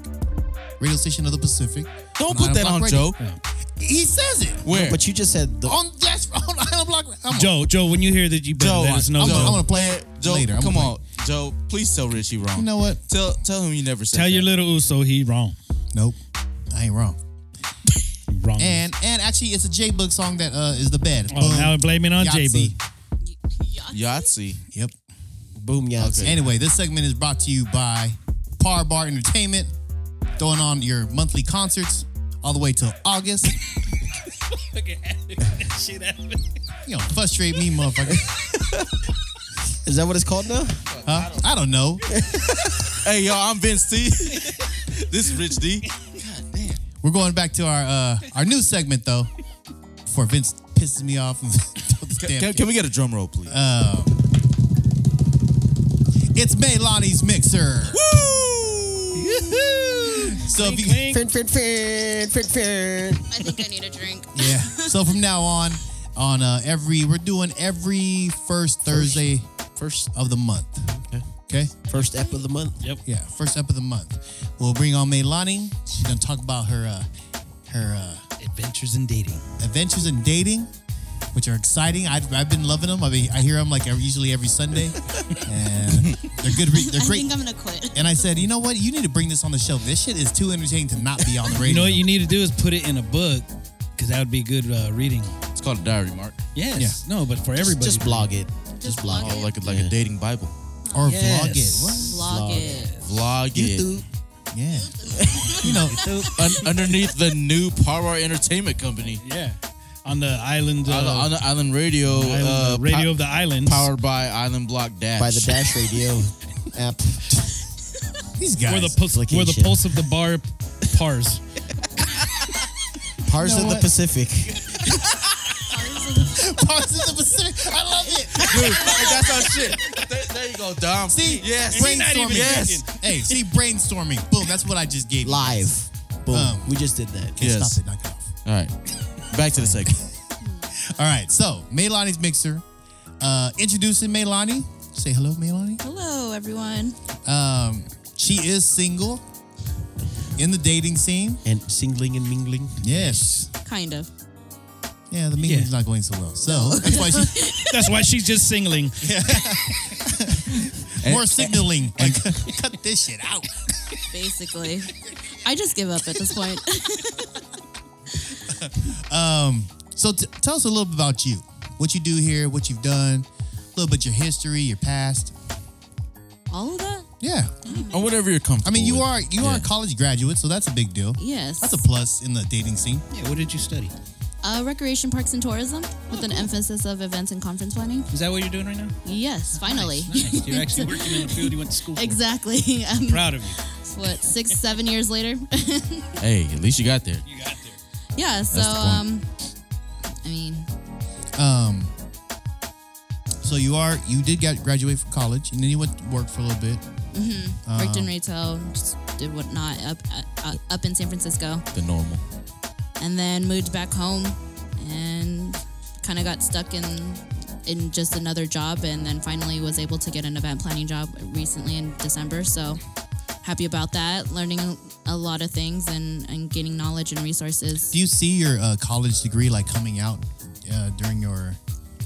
Speaker 3: radio station of the Pacific.
Speaker 6: Don't put that
Speaker 3: Island Block
Speaker 6: on
Speaker 3: Radio.
Speaker 6: Joe.
Speaker 3: He says it
Speaker 6: Where?
Speaker 5: But you just said the.
Speaker 3: on that's on Island Block. I'm
Speaker 4: Joe, Joe, when you hear that, you better
Speaker 6: Joe,
Speaker 4: let us know.
Speaker 3: I'm,
Speaker 4: Joe.
Speaker 3: gonna- I'm gonna play it
Speaker 6: Joe,
Speaker 3: later. I'm
Speaker 6: come
Speaker 3: gonna play
Speaker 6: on,
Speaker 3: it.
Speaker 6: Joe. Please tell Richie wrong.
Speaker 3: You know what?
Speaker 6: Tell tell him you never said.
Speaker 4: Tell
Speaker 6: that.
Speaker 4: your little Uso he wrong.
Speaker 3: Nope, I ain't wrong.
Speaker 4: Wrong.
Speaker 3: And and actually, it's a J Book song that uh, is the bed.
Speaker 4: oh, now I'm blaming on J
Speaker 3: Yahtzee.
Speaker 4: Boo.
Speaker 6: Yahtzee.
Speaker 3: Yep.
Speaker 5: Boom, Yahtzee.
Speaker 3: Anyway, this segment is brought to you by Par Bar Entertainment, throwing on your monthly concerts all the way till August. You don't frustrate me, motherfucker.
Speaker 5: Is that what it's called now?
Speaker 3: Huh? I don't know.
Speaker 6: Hey y'all, I'm Vince T. this is Rich D.
Speaker 3: We're going back to our uh, our new segment though. Before Vince pisses me off. and throws this damn
Speaker 6: Can, can we get a drum roll, please?
Speaker 3: It's Melani's mixer.
Speaker 6: Woo!
Speaker 3: So if you,
Speaker 4: Clink,
Speaker 5: Fin, fin, fin, fin, fin.
Speaker 7: I think I need a drink.
Speaker 3: yeah. So from now on, on uh, every we're doing every first Thursday
Speaker 5: First,
Speaker 3: of the month.
Speaker 5: Okay.
Speaker 3: Okay.
Speaker 5: first app of the month.
Speaker 3: Yeah. First up of the month, we'll bring on Melani. She's gonna talk about her uh, her uh,
Speaker 4: Adventures in dating.
Speaker 3: adventures in dating, which are exciting. I've, I've been loving them. I mean, I hear them like every, usually every Sunday, and they're good. Re-
Speaker 7: I
Speaker 3: they're great.
Speaker 7: think I'm gonna quit.
Speaker 3: And I said, you know what? You need to bring this on the show. This shit is too entertaining to not be on the radio.
Speaker 4: You know what you need to do is put it in a book, because that would be good uh, reading.
Speaker 6: It's called a diary, Mark.
Speaker 4: Yes. No, but for everybody.
Speaker 5: Just blog it. Just blog
Speaker 7: blog
Speaker 5: it.
Speaker 6: Oh, like a, like a dating Bible.
Speaker 3: or vlog
Speaker 4: Yes.
Speaker 3: it. What?
Speaker 7: Vlog it.
Speaker 6: Vlog
Speaker 5: YouTube.
Speaker 3: Yeah. you know,
Speaker 6: it Un- underneath the new Parwar Entertainment Company
Speaker 4: Yeah. On the island. Uh,
Speaker 6: on, the, on the Island Radio,
Speaker 4: island,
Speaker 6: uh,
Speaker 4: uh, radio
Speaker 6: pow-
Speaker 4: of the islands.
Speaker 6: powered by Island Block Dash.
Speaker 5: By the Dash Radio app.
Speaker 3: these
Speaker 4: We're
Speaker 3: guys.
Speaker 4: the pulse. We're the
Speaker 5: Application.
Speaker 4: pulse of the bar. Pars.
Speaker 5: Pars
Speaker 3: know
Speaker 5: of the
Speaker 3: what?
Speaker 5: Pacific.
Speaker 3: Parts of the Pacific. I love it.
Speaker 6: Dude, that's our shit. There, there you go, Dom.
Speaker 3: See,
Speaker 6: yes,
Speaker 3: brainstorming.
Speaker 4: even
Speaker 6: yes.
Speaker 3: Hey, see, brainstorming. Boom. That's what I just gave. you.
Speaker 5: Live. Boom.
Speaker 3: Um,
Speaker 5: we just did that.
Speaker 3: Okay,
Speaker 6: Yes.
Speaker 3: Stop it. Knock it off.
Speaker 6: All right, back to the segment.
Speaker 3: All right. So, Melani's mixer. Uh, introducing Melani. Say hello, Melani.
Speaker 7: Hello, everyone.
Speaker 3: Um, she is single in the dating scene.
Speaker 5: And singling and mingling.
Speaker 3: Yes.
Speaker 7: Kind of.
Speaker 3: Yeah, the meeting's not going so well. So, that's why she.
Speaker 4: That's why she's just singling.
Speaker 3: more signaling. Like, cut this shit out.
Speaker 7: Basically. I just give up at this point.
Speaker 3: So t- tell us a little bit about you. What you do here, what you've done, a little bit your history, your past.
Speaker 7: All of that?
Speaker 3: Yeah.
Speaker 6: Or whatever you're
Speaker 3: I
Speaker 6: comfortable.
Speaker 3: mean, you
Speaker 6: with.
Speaker 3: are you are a college graduate, so that's a big deal.
Speaker 7: Yes.
Speaker 3: That's a plus in the dating scene.
Speaker 4: Yeah, what did you study?
Speaker 7: uh, recreation parks and tourism with an emphasis of events and conference planning.
Speaker 4: Is that what you're doing right now?
Speaker 7: Yes, finally.
Speaker 4: Nice. You're actually working in the field you went to school for.
Speaker 7: exactly.
Speaker 4: I'm
Speaker 7: Um,
Speaker 4: proud of you.
Speaker 7: what, six, seven years later?
Speaker 6: Hey, at least you got there.
Speaker 4: You got there.
Speaker 7: yeah, so,
Speaker 6: the
Speaker 7: um,
Speaker 6: point.
Speaker 7: I mean,
Speaker 3: Um so you are you did get graduate from college and then you went to work for a little bit.
Speaker 7: worked in retail, just did whatnot up, uh, up in San Francisco.
Speaker 6: The normal.
Speaker 7: and then moved back home and kind of got stuck in in just another job and then finally was able to get an event planning job recently in December so happy about that. Learning a, a lot of things and, and getting knowledge and resources.
Speaker 3: Do you see your uh, college degree like coming out uh, during your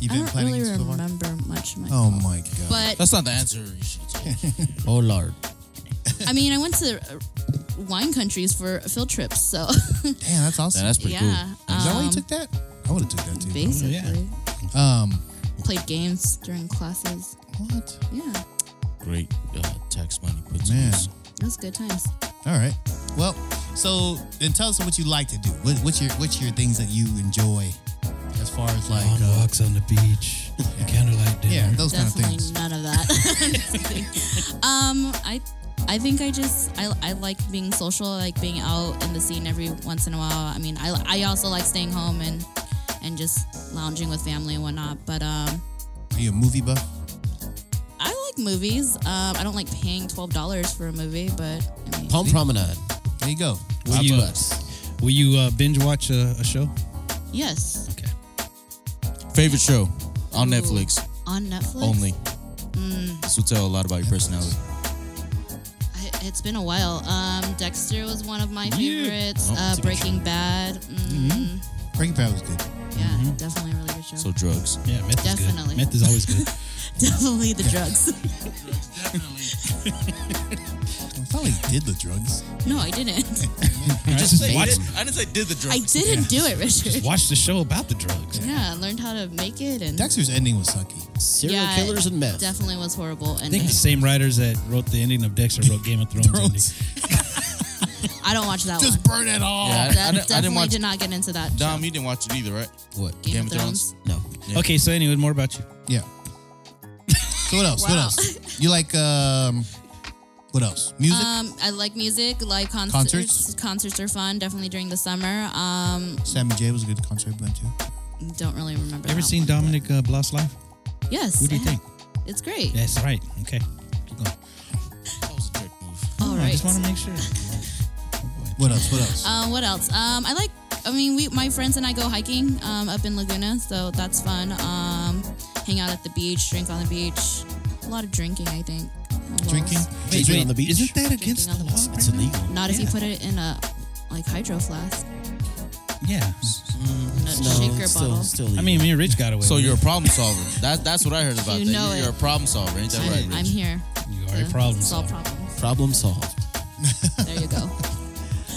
Speaker 7: I
Speaker 3: event
Speaker 7: don't
Speaker 3: planning
Speaker 7: really
Speaker 3: so far?
Speaker 7: remember much. My
Speaker 3: Oh my god!
Speaker 7: But
Speaker 6: That's not the answer.
Speaker 5: Oh lord.
Speaker 7: I mean, I went to uh, wine countries for field trips, so
Speaker 3: Damn, that's awesome.
Speaker 6: Man, that's pretty
Speaker 7: yeah.
Speaker 3: Is that why you
Speaker 7: um,
Speaker 3: took Oh, that? I would have took that too.
Speaker 7: Basically,
Speaker 3: Um,
Speaker 7: played games during classes.
Speaker 3: what?
Speaker 7: Yeah,
Speaker 6: cool. Great uh, tax money put to
Speaker 3: Man.
Speaker 6: use.
Speaker 7: it was good times.
Speaker 3: All right. Well, so then tell us what you like to do. What, what's your what's your things that you enjoy, as far as like
Speaker 4: Long
Speaker 3: uh,
Speaker 4: walks on the beach, candlelight dinner.
Speaker 3: yeah those kind of
Speaker 7: Definitely
Speaker 3: things.
Speaker 7: none of that. I'm just kidding. um, I, I think I just I, I like being social, I like being out in the scene every once in a while. I mean, I, I also like staying home and and just lounging with family and whatnot. But um,
Speaker 3: Are you a movie buff?
Speaker 7: I like movies. Um, I don't like paying twelve dollars for a movie, but I mean,
Speaker 5: Palm Promenade.
Speaker 3: There you go.
Speaker 4: Will you, uh, will you uh, binge watch a, a show?
Speaker 7: yes,
Speaker 4: Okay.
Speaker 6: Favorite show on
Speaker 7: Ooh. Mm.
Speaker 6: Netflix
Speaker 7: on Netflix
Speaker 6: only. This will tell a lot about your personality.
Speaker 7: I, it's been a while. Um, Dexter was one of my favorites. uh,
Speaker 6: Oh, it's a good
Speaker 7: Breaking Bad. Mm,
Speaker 3: Mm-hmm. Breaking Bad was good.
Speaker 7: Yeah,
Speaker 3: Mm-hmm.
Speaker 7: definitely a really good show.
Speaker 6: So drugs.
Speaker 4: Yeah, meth is
Speaker 7: Definitely.
Speaker 4: good. Meth is always good.
Speaker 7: definitely the drugs.
Speaker 3: I thought he did the drugs.
Speaker 7: no, I didn't.
Speaker 4: All right, just watch,
Speaker 6: I didn't say did the
Speaker 7: I didn't do it, Richard.
Speaker 4: watch the show about the drugs.
Speaker 7: Yeah, I learned how to make it, and
Speaker 3: Dexter's ending was sucky.
Speaker 5: Serial
Speaker 7: Yeah,
Speaker 5: killers and meth.
Speaker 7: definitely was horrible.
Speaker 4: I
Speaker 7: And
Speaker 4: think the same writers that wrote the ending of Dexter wrote Game of Thrones.
Speaker 3: Thrones.
Speaker 4: ending.
Speaker 7: I don't watch that
Speaker 3: Just
Speaker 7: one.
Speaker 3: burn it all.
Speaker 6: Yeah,
Speaker 7: That
Speaker 6: I- I didn't- I,
Speaker 7: definitely
Speaker 6: didn't watch.
Speaker 7: did not get into that.
Speaker 6: Dom, you didn't watch it either, right?
Speaker 5: What?
Speaker 7: Game,
Speaker 6: Game
Speaker 7: of
Speaker 6: of
Speaker 7: Thrones.
Speaker 5: No.
Speaker 4: Okay, so anyway, more about you.
Speaker 3: Yeah. So what else? What
Speaker 7: Wow.
Speaker 3: else? You like um, what else? Music.
Speaker 7: Um, I like music, like concerts.
Speaker 3: Concerts?
Speaker 7: Concerts, are fun, definitely during the summer. Um,
Speaker 3: Sammy J was a good concert we went to.
Speaker 7: don't really remember.
Speaker 4: Ever
Speaker 7: that
Speaker 4: seen
Speaker 7: one.
Speaker 4: Dominic uh, Bloss live?
Speaker 7: Yes.
Speaker 4: What do you
Speaker 7: I have.
Speaker 4: think?
Speaker 7: It's great.
Speaker 4: That's right. Okay. Keep going.
Speaker 6: That was a jerk move.
Speaker 7: All
Speaker 4: I
Speaker 7: right.
Speaker 4: just want to make sure.
Speaker 3: What else? What else?
Speaker 7: Uh, what else? Um, I like. I mean, we my friends and I go hiking um, up in Laguna, so that's fun. Um, hang out at the beach, drink on the beach. A lot of drinking, I think.
Speaker 3: Drinking?
Speaker 5: Wait, on the beach.
Speaker 4: Isn't that against
Speaker 7: on
Speaker 4: the
Speaker 7: the
Speaker 4: law?
Speaker 7: beach.
Speaker 4: right
Speaker 5: It's
Speaker 4: now?
Speaker 5: illegal.
Speaker 7: Not if you
Speaker 4: Yeah.
Speaker 7: put it in a like hydro flask,
Speaker 4: Yeah.
Speaker 7: in a shaker
Speaker 5: it's still,
Speaker 7: bottle.
Speaker 5: still legal.
Speaker 4: I mean, me and Rich got away.
Speaker 6: So
Speaker 4: with
Speaker 6: you're a problem solver. That, that's what I heard about.
Speaker 7: You
Speaker 6: that.
Speaker 7: know
Speaker 6: You're-
Speaker 7: it.
Speaker 6: You're a problem solver. Ain't that
Speaker 7: I'm,
Speaker 6: right, Rich?
Speaker 7: I'm here.
Speaker 4: it. you are a
Speaker 7: to
Speaker 4: problem
Speaker 7: Solve
Speaker 4: solver.
Speaker 7: problems.
Speaker 5: problem solved.
Speaker 7: There you go.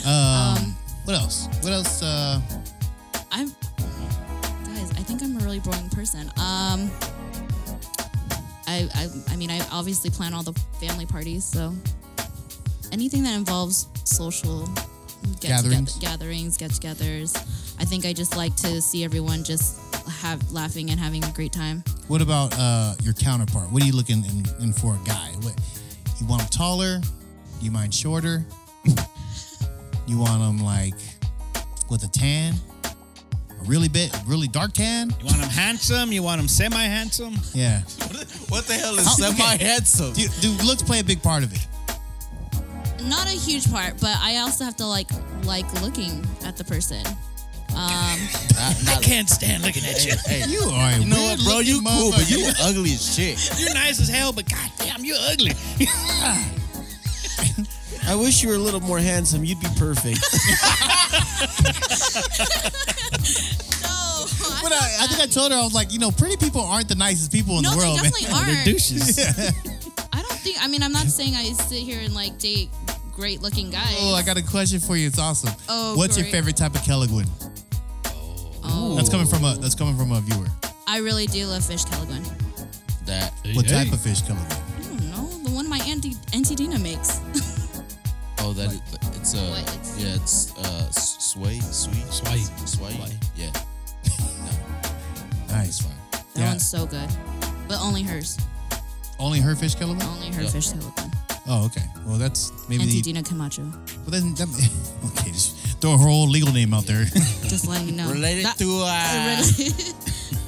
Speaker 3: Um, what else? What else? Uh,
Speaker 7: I'm guys, I think I'm a really boring person. Um I I, I mean I obviously plan all the family parties, so anything that involves social get
Speaker 3: Gatherings?
Speaker 7: gatherings, get togethers. I think I just like to see everyone just have laughing and having a great time.
Speaker 3: what about uh, your counterpart? What are you looking in, in for a guy? What you want him taller? You mind shorter? you want him like with a tan? A really bit, really dark tan?
Speaker 4: You want him handsome? You want him semi-handsome?
Speaker 3: Yeah.
Speaker 6: what the hell is
Speaker 3: How- okay.
Speaker 6: semi-handsome?
Speaker 3: Dude, dude, looks play a big part of it.
Speaker 7: Not a huge part, but I also have to like like looking at the person. Um
Speaker 4: I can't stand looking at you.
Speaker 3: You are a
Speaker 6: You know what, bro? You cool, but you ugly as shit.
Speaker 4: You're nice as hell, but goddamn, you're ugly.
Speaker 5: I wish you were a little more handsome. You'd be perfect.
Speaker 7: no,
Speaker 3: But I, I think I told her I was like, you know, pretty people aren't the nicest people in
Speaker 7: no,
Speaker 3: the world,
Speaker 7: they
Speaker 3: man.
Speaker 7: definitely
Speaker 4: They're
Speaker 7: aren't.
Speaker 4: douches.
Speaker 7: I don't think. I mean, I'm not saying I sit here and like date great looking guys.
Speaker 3: Oh, I got a question for you. It's awesome.
Speaker 7: Oh,
Speaker 3: What's your
Speaker 7: great.
Speaker 3: favorite type of Kelligwin?
Speaker 7: Oh.
Speaker 3: That's coming from a that's coming from a viewer.
Speaker 7: I really do love fish caligun.
Speaker 6: That
Speaker 3: What
Speaker 4: Hey.
Speaker 3: type of fish Kelligwin?
Speaker 7: I don't know the one my auntie Auntie Dina makes.
Speaker 6: oh that is, it's uh
Speaker 7: What? It's-
Speaker 6: yeah it's uh s- sway sweet
Speaker 4: Sway.
Speaker 6: sway yeah
Speaker 3: Nice.
Speaker 6: sway.
Speaker 7: That
Speaker 3: Yeah.
Speaker 7: one's so good, but only hers.
Speaker 3: Only her fish Kelligwin?
Speaker 7: Only her
Speaker 6: Yep.
Speaker 7: fish caligun.
Speaker 3: Oh, okay. Well, that's maybe
Speaker 7: Auntie
Speaker 3: the,
Speaker 7: Dina Camacho.
Speaker 3: well, then that, okay. Just throw her whole legal name out there.
Speaker 7: Just letting you know.
Speaker 6: Related
Speaker 7: That-
Speaker 6: to uh,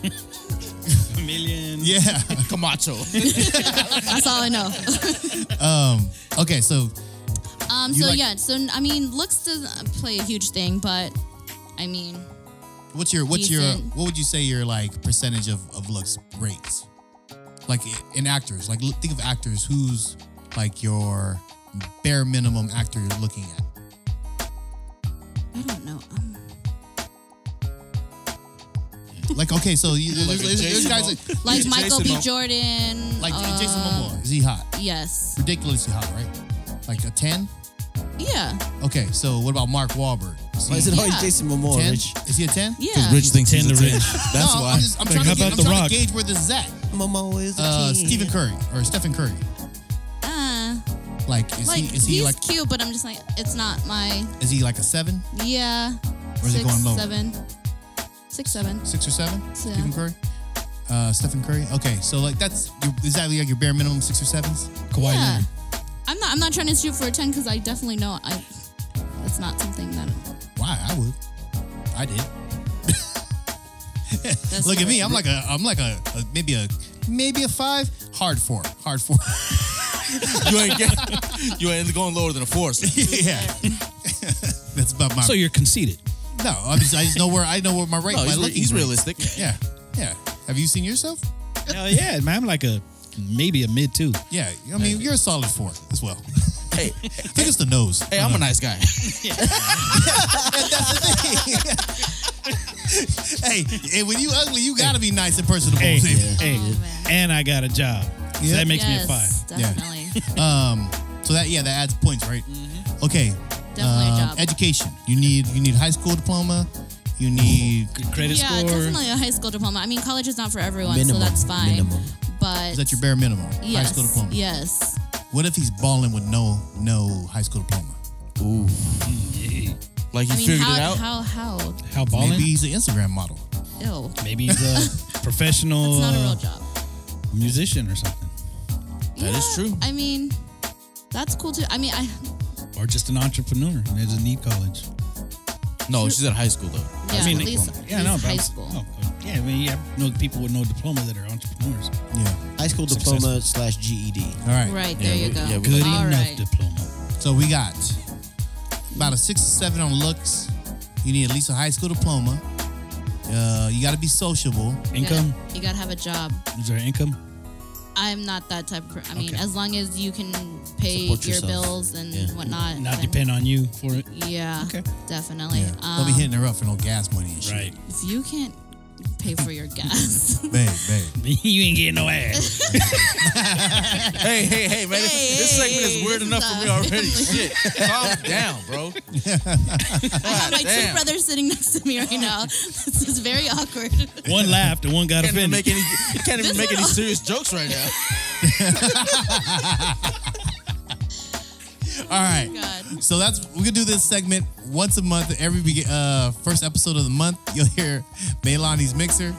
Speaker 4: Million.
Speaker 3: yeah.
Speaker 6: Camacho.
Speaker 7: That's all I know.
Speaker 3: Um. Okay. So
Speaker 7: Um.
Speaker 3: You
Speaker 7: So
Speaker 3: like-
Speaker 7: yeah. So I mean, looks doesn't play a huge thing, but I mean,
Speaker 3: what's your what's your
Speaker 7: Decent.
Speaker 3: what would you say your like percentage of of looks rates? Like in actors, like l- think of actors who's like your bare minimum actor you're looking at?
Speaker 7: I don't know. Um,
Speaker 3: Like, okay, so you, there's, there's- there's
Speaker 6: Jason
Speaker 3: guys
Speaker 6: Momoa.
Speaker 3: like,
Speaker 7: like
Speaker 3: there's
Speaker 7: Michael B.
Speaker 3: Jason Momoa.
Speaker 7: Jordan.
Speaker 3: Like
Speaker 7: uh,
Speaker 3: Jason Momoa. Is he hot?
Speaker 7: Yes.
Speaker 3: Ridiculously hot, right? Like a 10?
Speaker 7: Yeah.
Speaker 3: Okay, so what about Mark Wahlberg? Is
Speaker 5: Why is
Speaker 3: he
Speaker 5: it always
Speaker 7: Yeah.
Speaker 5: Jason
Speaker 3: 10?
Speaker 5: Momoa, Rich?
Speaker 3: Is he a 10?
Speaker 7: Yeah.
Speaker 6: Rich thinks he's a
Speaker 4: Tender
Speaker 6: 10.
Speaker 4: Rich.
Speaker 6: That's
Speaker 3: no,
Speaker 6: why.
Speaker 3: I'm, just, I'm
Speaker 4: Like,
Speaker 3: trying,
Speaker 4: how
Speaker 3: to, get,
Speaker 4: about
Speaker 3: I'm
Speaker 4: The
Speaker 3: trying
Speaker 4: Rock?
Speaker 3: to gauge where this is at.
Speaker 5: Momoa is a
Speaker 3: Uh,
Speaker 5: king.
Speaker 3: Stephen Curry or Stephen Curry.
Speaker 7: Uh,
Speaker 3: Like, is
Speaker 7: like
Speaker 3: he is he
Speaker 7: he's
Speaker 3: like
Speaker 7: cute, but I'm just like it's not my
Speaker 3: is he like a seven,
Speaker 7: yeah.
Speaker 3: Or is it
Speaker 7: six,
Speaker 3: going lower?
Speaker 7: Seven. Six seven.
Speaker 3: six or seven?
Speaker 7: Yeah.
Speaker 3: Stephen Curry. Uh, Stephen Curry. Okay, so like that's your, exactly like your bare minimum six or sevens. Kawhi
Speaker 7: Yeah. I'm not. I'm not trying to shoot for a ten because I definitely know I. That's not something that.
Speaker 3: Why? I would. I did.
Speaker 7: That's
Speaker 3: Look at me. I'm like a. I'm like a, a maybe a maybe a five. Hard four. Hard four.
Speaker 6: you ain't get, you ain't going lower than a four. so-
Speaker 3: yeah. that's about my.
Speaker 4: So you're conceited.
Speaker 3: no, I'm just, I just know where I know where my rate.
Speaker 6: No,
Speaker 3: my
Speaker 6: he's,
Speaker 3: looking
Speaker 6: he's
Speaker 3: rate.
Speaker 6: realistic.
Speaker 3: Yeah. Yeah. Have you seen yourself?
Speaker 4: Hell yeah, man. I'm like a maybe a mid two.
Speaker 3: Yeah. I mean, you're a solid four as well.
Speaker 6: Hey,
Speaker 3: I think it's the nose.
Speaker 6: hey, I'm a nice guy.
Speaker 3: Hey, hey, when you ugly, you gotta be nice and personable.
Speaker 4: Hey,
Speaker 3: See?
Speaker 4: hey,
Speaker 7: man.
Speaker 4: and I got a job. So
Speaker 3: Yeah.
Speaker 4: that makes
Speaker 7: yes,
Speaker 4: me a five.
Speaker 3: Yeah.
Speaker 7: Definitely.
Speaker 3: Um, so that yeah, that adds points, right?
Speaker 6: Mm-hmm.
Speaker 3: Okay.
Speaker 7: Definitely
Speaker 3: um,
Speaker 7: a job.
Speaker 3: Education. You need you need high school diploma. You need
Speaker 4: Good credit
Speaker 7: yeah,
Speaker 4: score.
Speaker 7: definitely a high school diploma. I mean, college is not for everyone,
Speaker 5: Minimum.
Speaker 7: so that's fine.
Speaker 5: Minimum.
Speaker 7: But
Speaker 3: is that your bare minimum?
Speaker 7: yes,
Speaker 3: High school diploma.
Speaker 7: Yes.
Speaker 3: What if he's balling with no no high school diploma?
Speaker 6: Like he
Speaker 7: I mean,
Speaker 6: figured
Speaker 7: how,
Speaker 6: it out.
Speaker 7: how how
Speaker 4: How balling?
Speaker 3: Maybe
Speaker 4: Maybe,
Speaker 3: he's an Instagram model.
Speaker 7: ill.
Speaker 4: he's a professional
Speaker 7: It's not a real
Speaker 4: uh,
Speaker 7: job.
Speaker 4: musician or something,
Speaker 7: That is
Speaker 6: is true.
Speaker 7: I mean, that's cool too. I mean, I
Speaker 4: or just an entrepreneur and doesn't need college.
Speaker 6: no, she's at high school though.
Speaker 7: yeah,
Speaker 4: I mean,
Speaker 7: at least
Speaker 4: yeah,
Speaker 7: at
Speaker 4: no,
Speaker 7: least
Speaker 4: but
Speaker 7: high
Speaker 4: I'm-
Speaker 7: school.
Speaker 4: Oh, good. yeah, I mean, you have no people with no diploma that are entrepreneurs.
Speaker 3: Yeah.
Speaker 5: High school
Speaker 4: Successful.
Speaker 5: diploma slash E GED.
Speaker 3: All right.
Speaker 7: Right there, you go.
Speaker 6: yeah, we
Speaker 4: Good
Speaker 7: All
Speaker 4: enough
Speaker 7: right.
Speaker 4: diploma.
Speaker 3: So we got about a six to seven on looks. You need at least a high school diploma. Uh, you gotta be sociable.
Speaker 7: You gotta-
Speaker 4: Income?
Speaker 7: You gotta have a job.
Speaker 4: Is there income?
Speaker 7: I'm not that type. Of, per- I mean,
Speaker 4: Okay.
Speaker 7: as long as you can pay
Speaker 5: Support
Speaker 7: your
Speaker 5: yourself.
Speaker 7: bills and
Speaker 5: Yeah.
Speaker 7: whatnot.
Speaker 4: Not
Speaker 7: then-
Speaker 4: depend on you for it.
Speaker 7: Yeah,
Speaker 4: Okay.
Speaker 7: definitely. Um,
Speaker 3: Don't be hitting her up for no gas money and shit.
Speaker 4: Right.
Speaker 7: If you can't pay for your gas,
Speaker 3: Babe, babe.
Speaker 4: you ain't getting no ass.
Speaker 6: Hey, hey, hey, man. this-
Speaker 7: Hey,
Speaker 6: this segment is
Speaker 7: hey,
Speaker 6: weird
Speaker 7: this
Speaker 6: enough
Speaker 7: is
Speaker 6: for me
Speaker 7: not-
Speaker 6: already. Shit. Calm down, bro.
Speaker 7: I have my two
Speaker 6: damn.
Speaker 7: brothers sitting next to me right now. this is very awkward.
Speaker 4: one laughed and one got
Speaker 6: Can't even
Speaker 4: offended.
Speaker 6: make any can't even make any serious jokes right now.
Speaker 3: All right.
Speaker 7: God.
Speaker 3: So that's we're gonna do this segment once a month. Every beg- uh, first episode of the month, you'll hear Melani's mixer.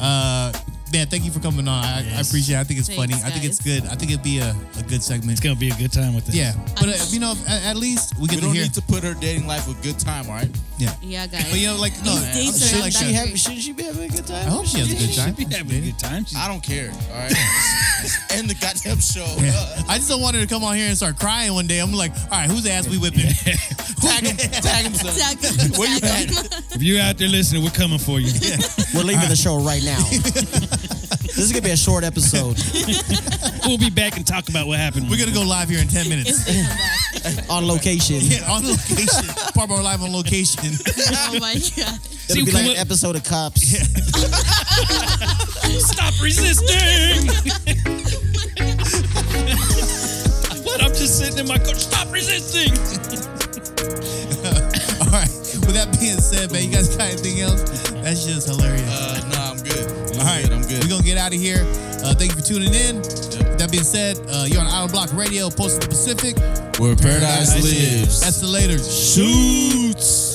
Speaker 3: Uh, man, thank you for coming on. I, I
Speaker 4: Yes.
Speaker 3: appreciate. it. I think it's
Speaker 7: Thanks,
Speaker 3: funny. I think
Speaker 7: guys.
Speaker 3: it's good. I think it'd be a, a good segment.
Speaker 4: It's gonna be a good time with that.
Speaker 3: Yeah, but uh, you know, at, at least we get
Speaker 6: We
Speaker 3: to
Speaker 6: don't
Speaker 3: hear.
Speaker 6: need to put her dating life with good time, all right?
Speaker 3: yeah,
Speaker 7: Yeah, guys.
Speaker 3: but you know, uh, like no,
Speaker 7: These dates
Speaker 3: shit
Speaker 7: are
Speaker 3: like
Speaker 7: not
Speaker 3: that.
Speaker 5: She have, should she be having a good time?
Speaker 3: I hope she has a good
Speaker 4: She
Speaker 3: time.
Speaker 4: should be having a good time. She's
Speaker 6: I don't care. All right. End the goddamn show. Uh,
Speaker 3: Yeah. I just don't want her to come on here and start crying one day. I'm like, all right, whose ass we whipping? Tag him.
Speaker 6: Tag him, son.
Speaker 7: Tag-
Speaker 6: Where you
Speaker 7: tag 'em.
Speaker 4: If you out there listening, we're coming for you.
Speaker 5: We're leaving the show right now. this is gonna be a short episode
Speaker 4: we'll be back and talk about what happened.
Speaker 3: We're gonna go live here in ten minutes.
Speaker 7: If they come back.
Speaker 5: on location.
Speaker 3: Yeah, on location. Barbara live on location.
Speaker 7: Oh my
Speaker 5: It'll
Speaker 7: god.
Speaker 4: See,
Speaker 5: be like
Speaker 4: what-
Speaker 5: an episode of Cops.
Speaker 4: Stop resisting. what? I'm just sitting in my car. Stop resisting.
Speaker 3: All right. With that being said, man, you guys got anything else? That's just hilarious.
Speaker 6: Uh, nah, I'm good. I'm
Speaker 3: All right.
Speaker 6: good. I'm good.
Speaker 3: We're going to get out of here. Uh, thank you for tuning in. With that being said, uh, you're on Island Block Radio, Post of the Pacific.
Speaker 6: Where paradise lives.
Speaker 3: That's the later.
Speaker 6: Shoots.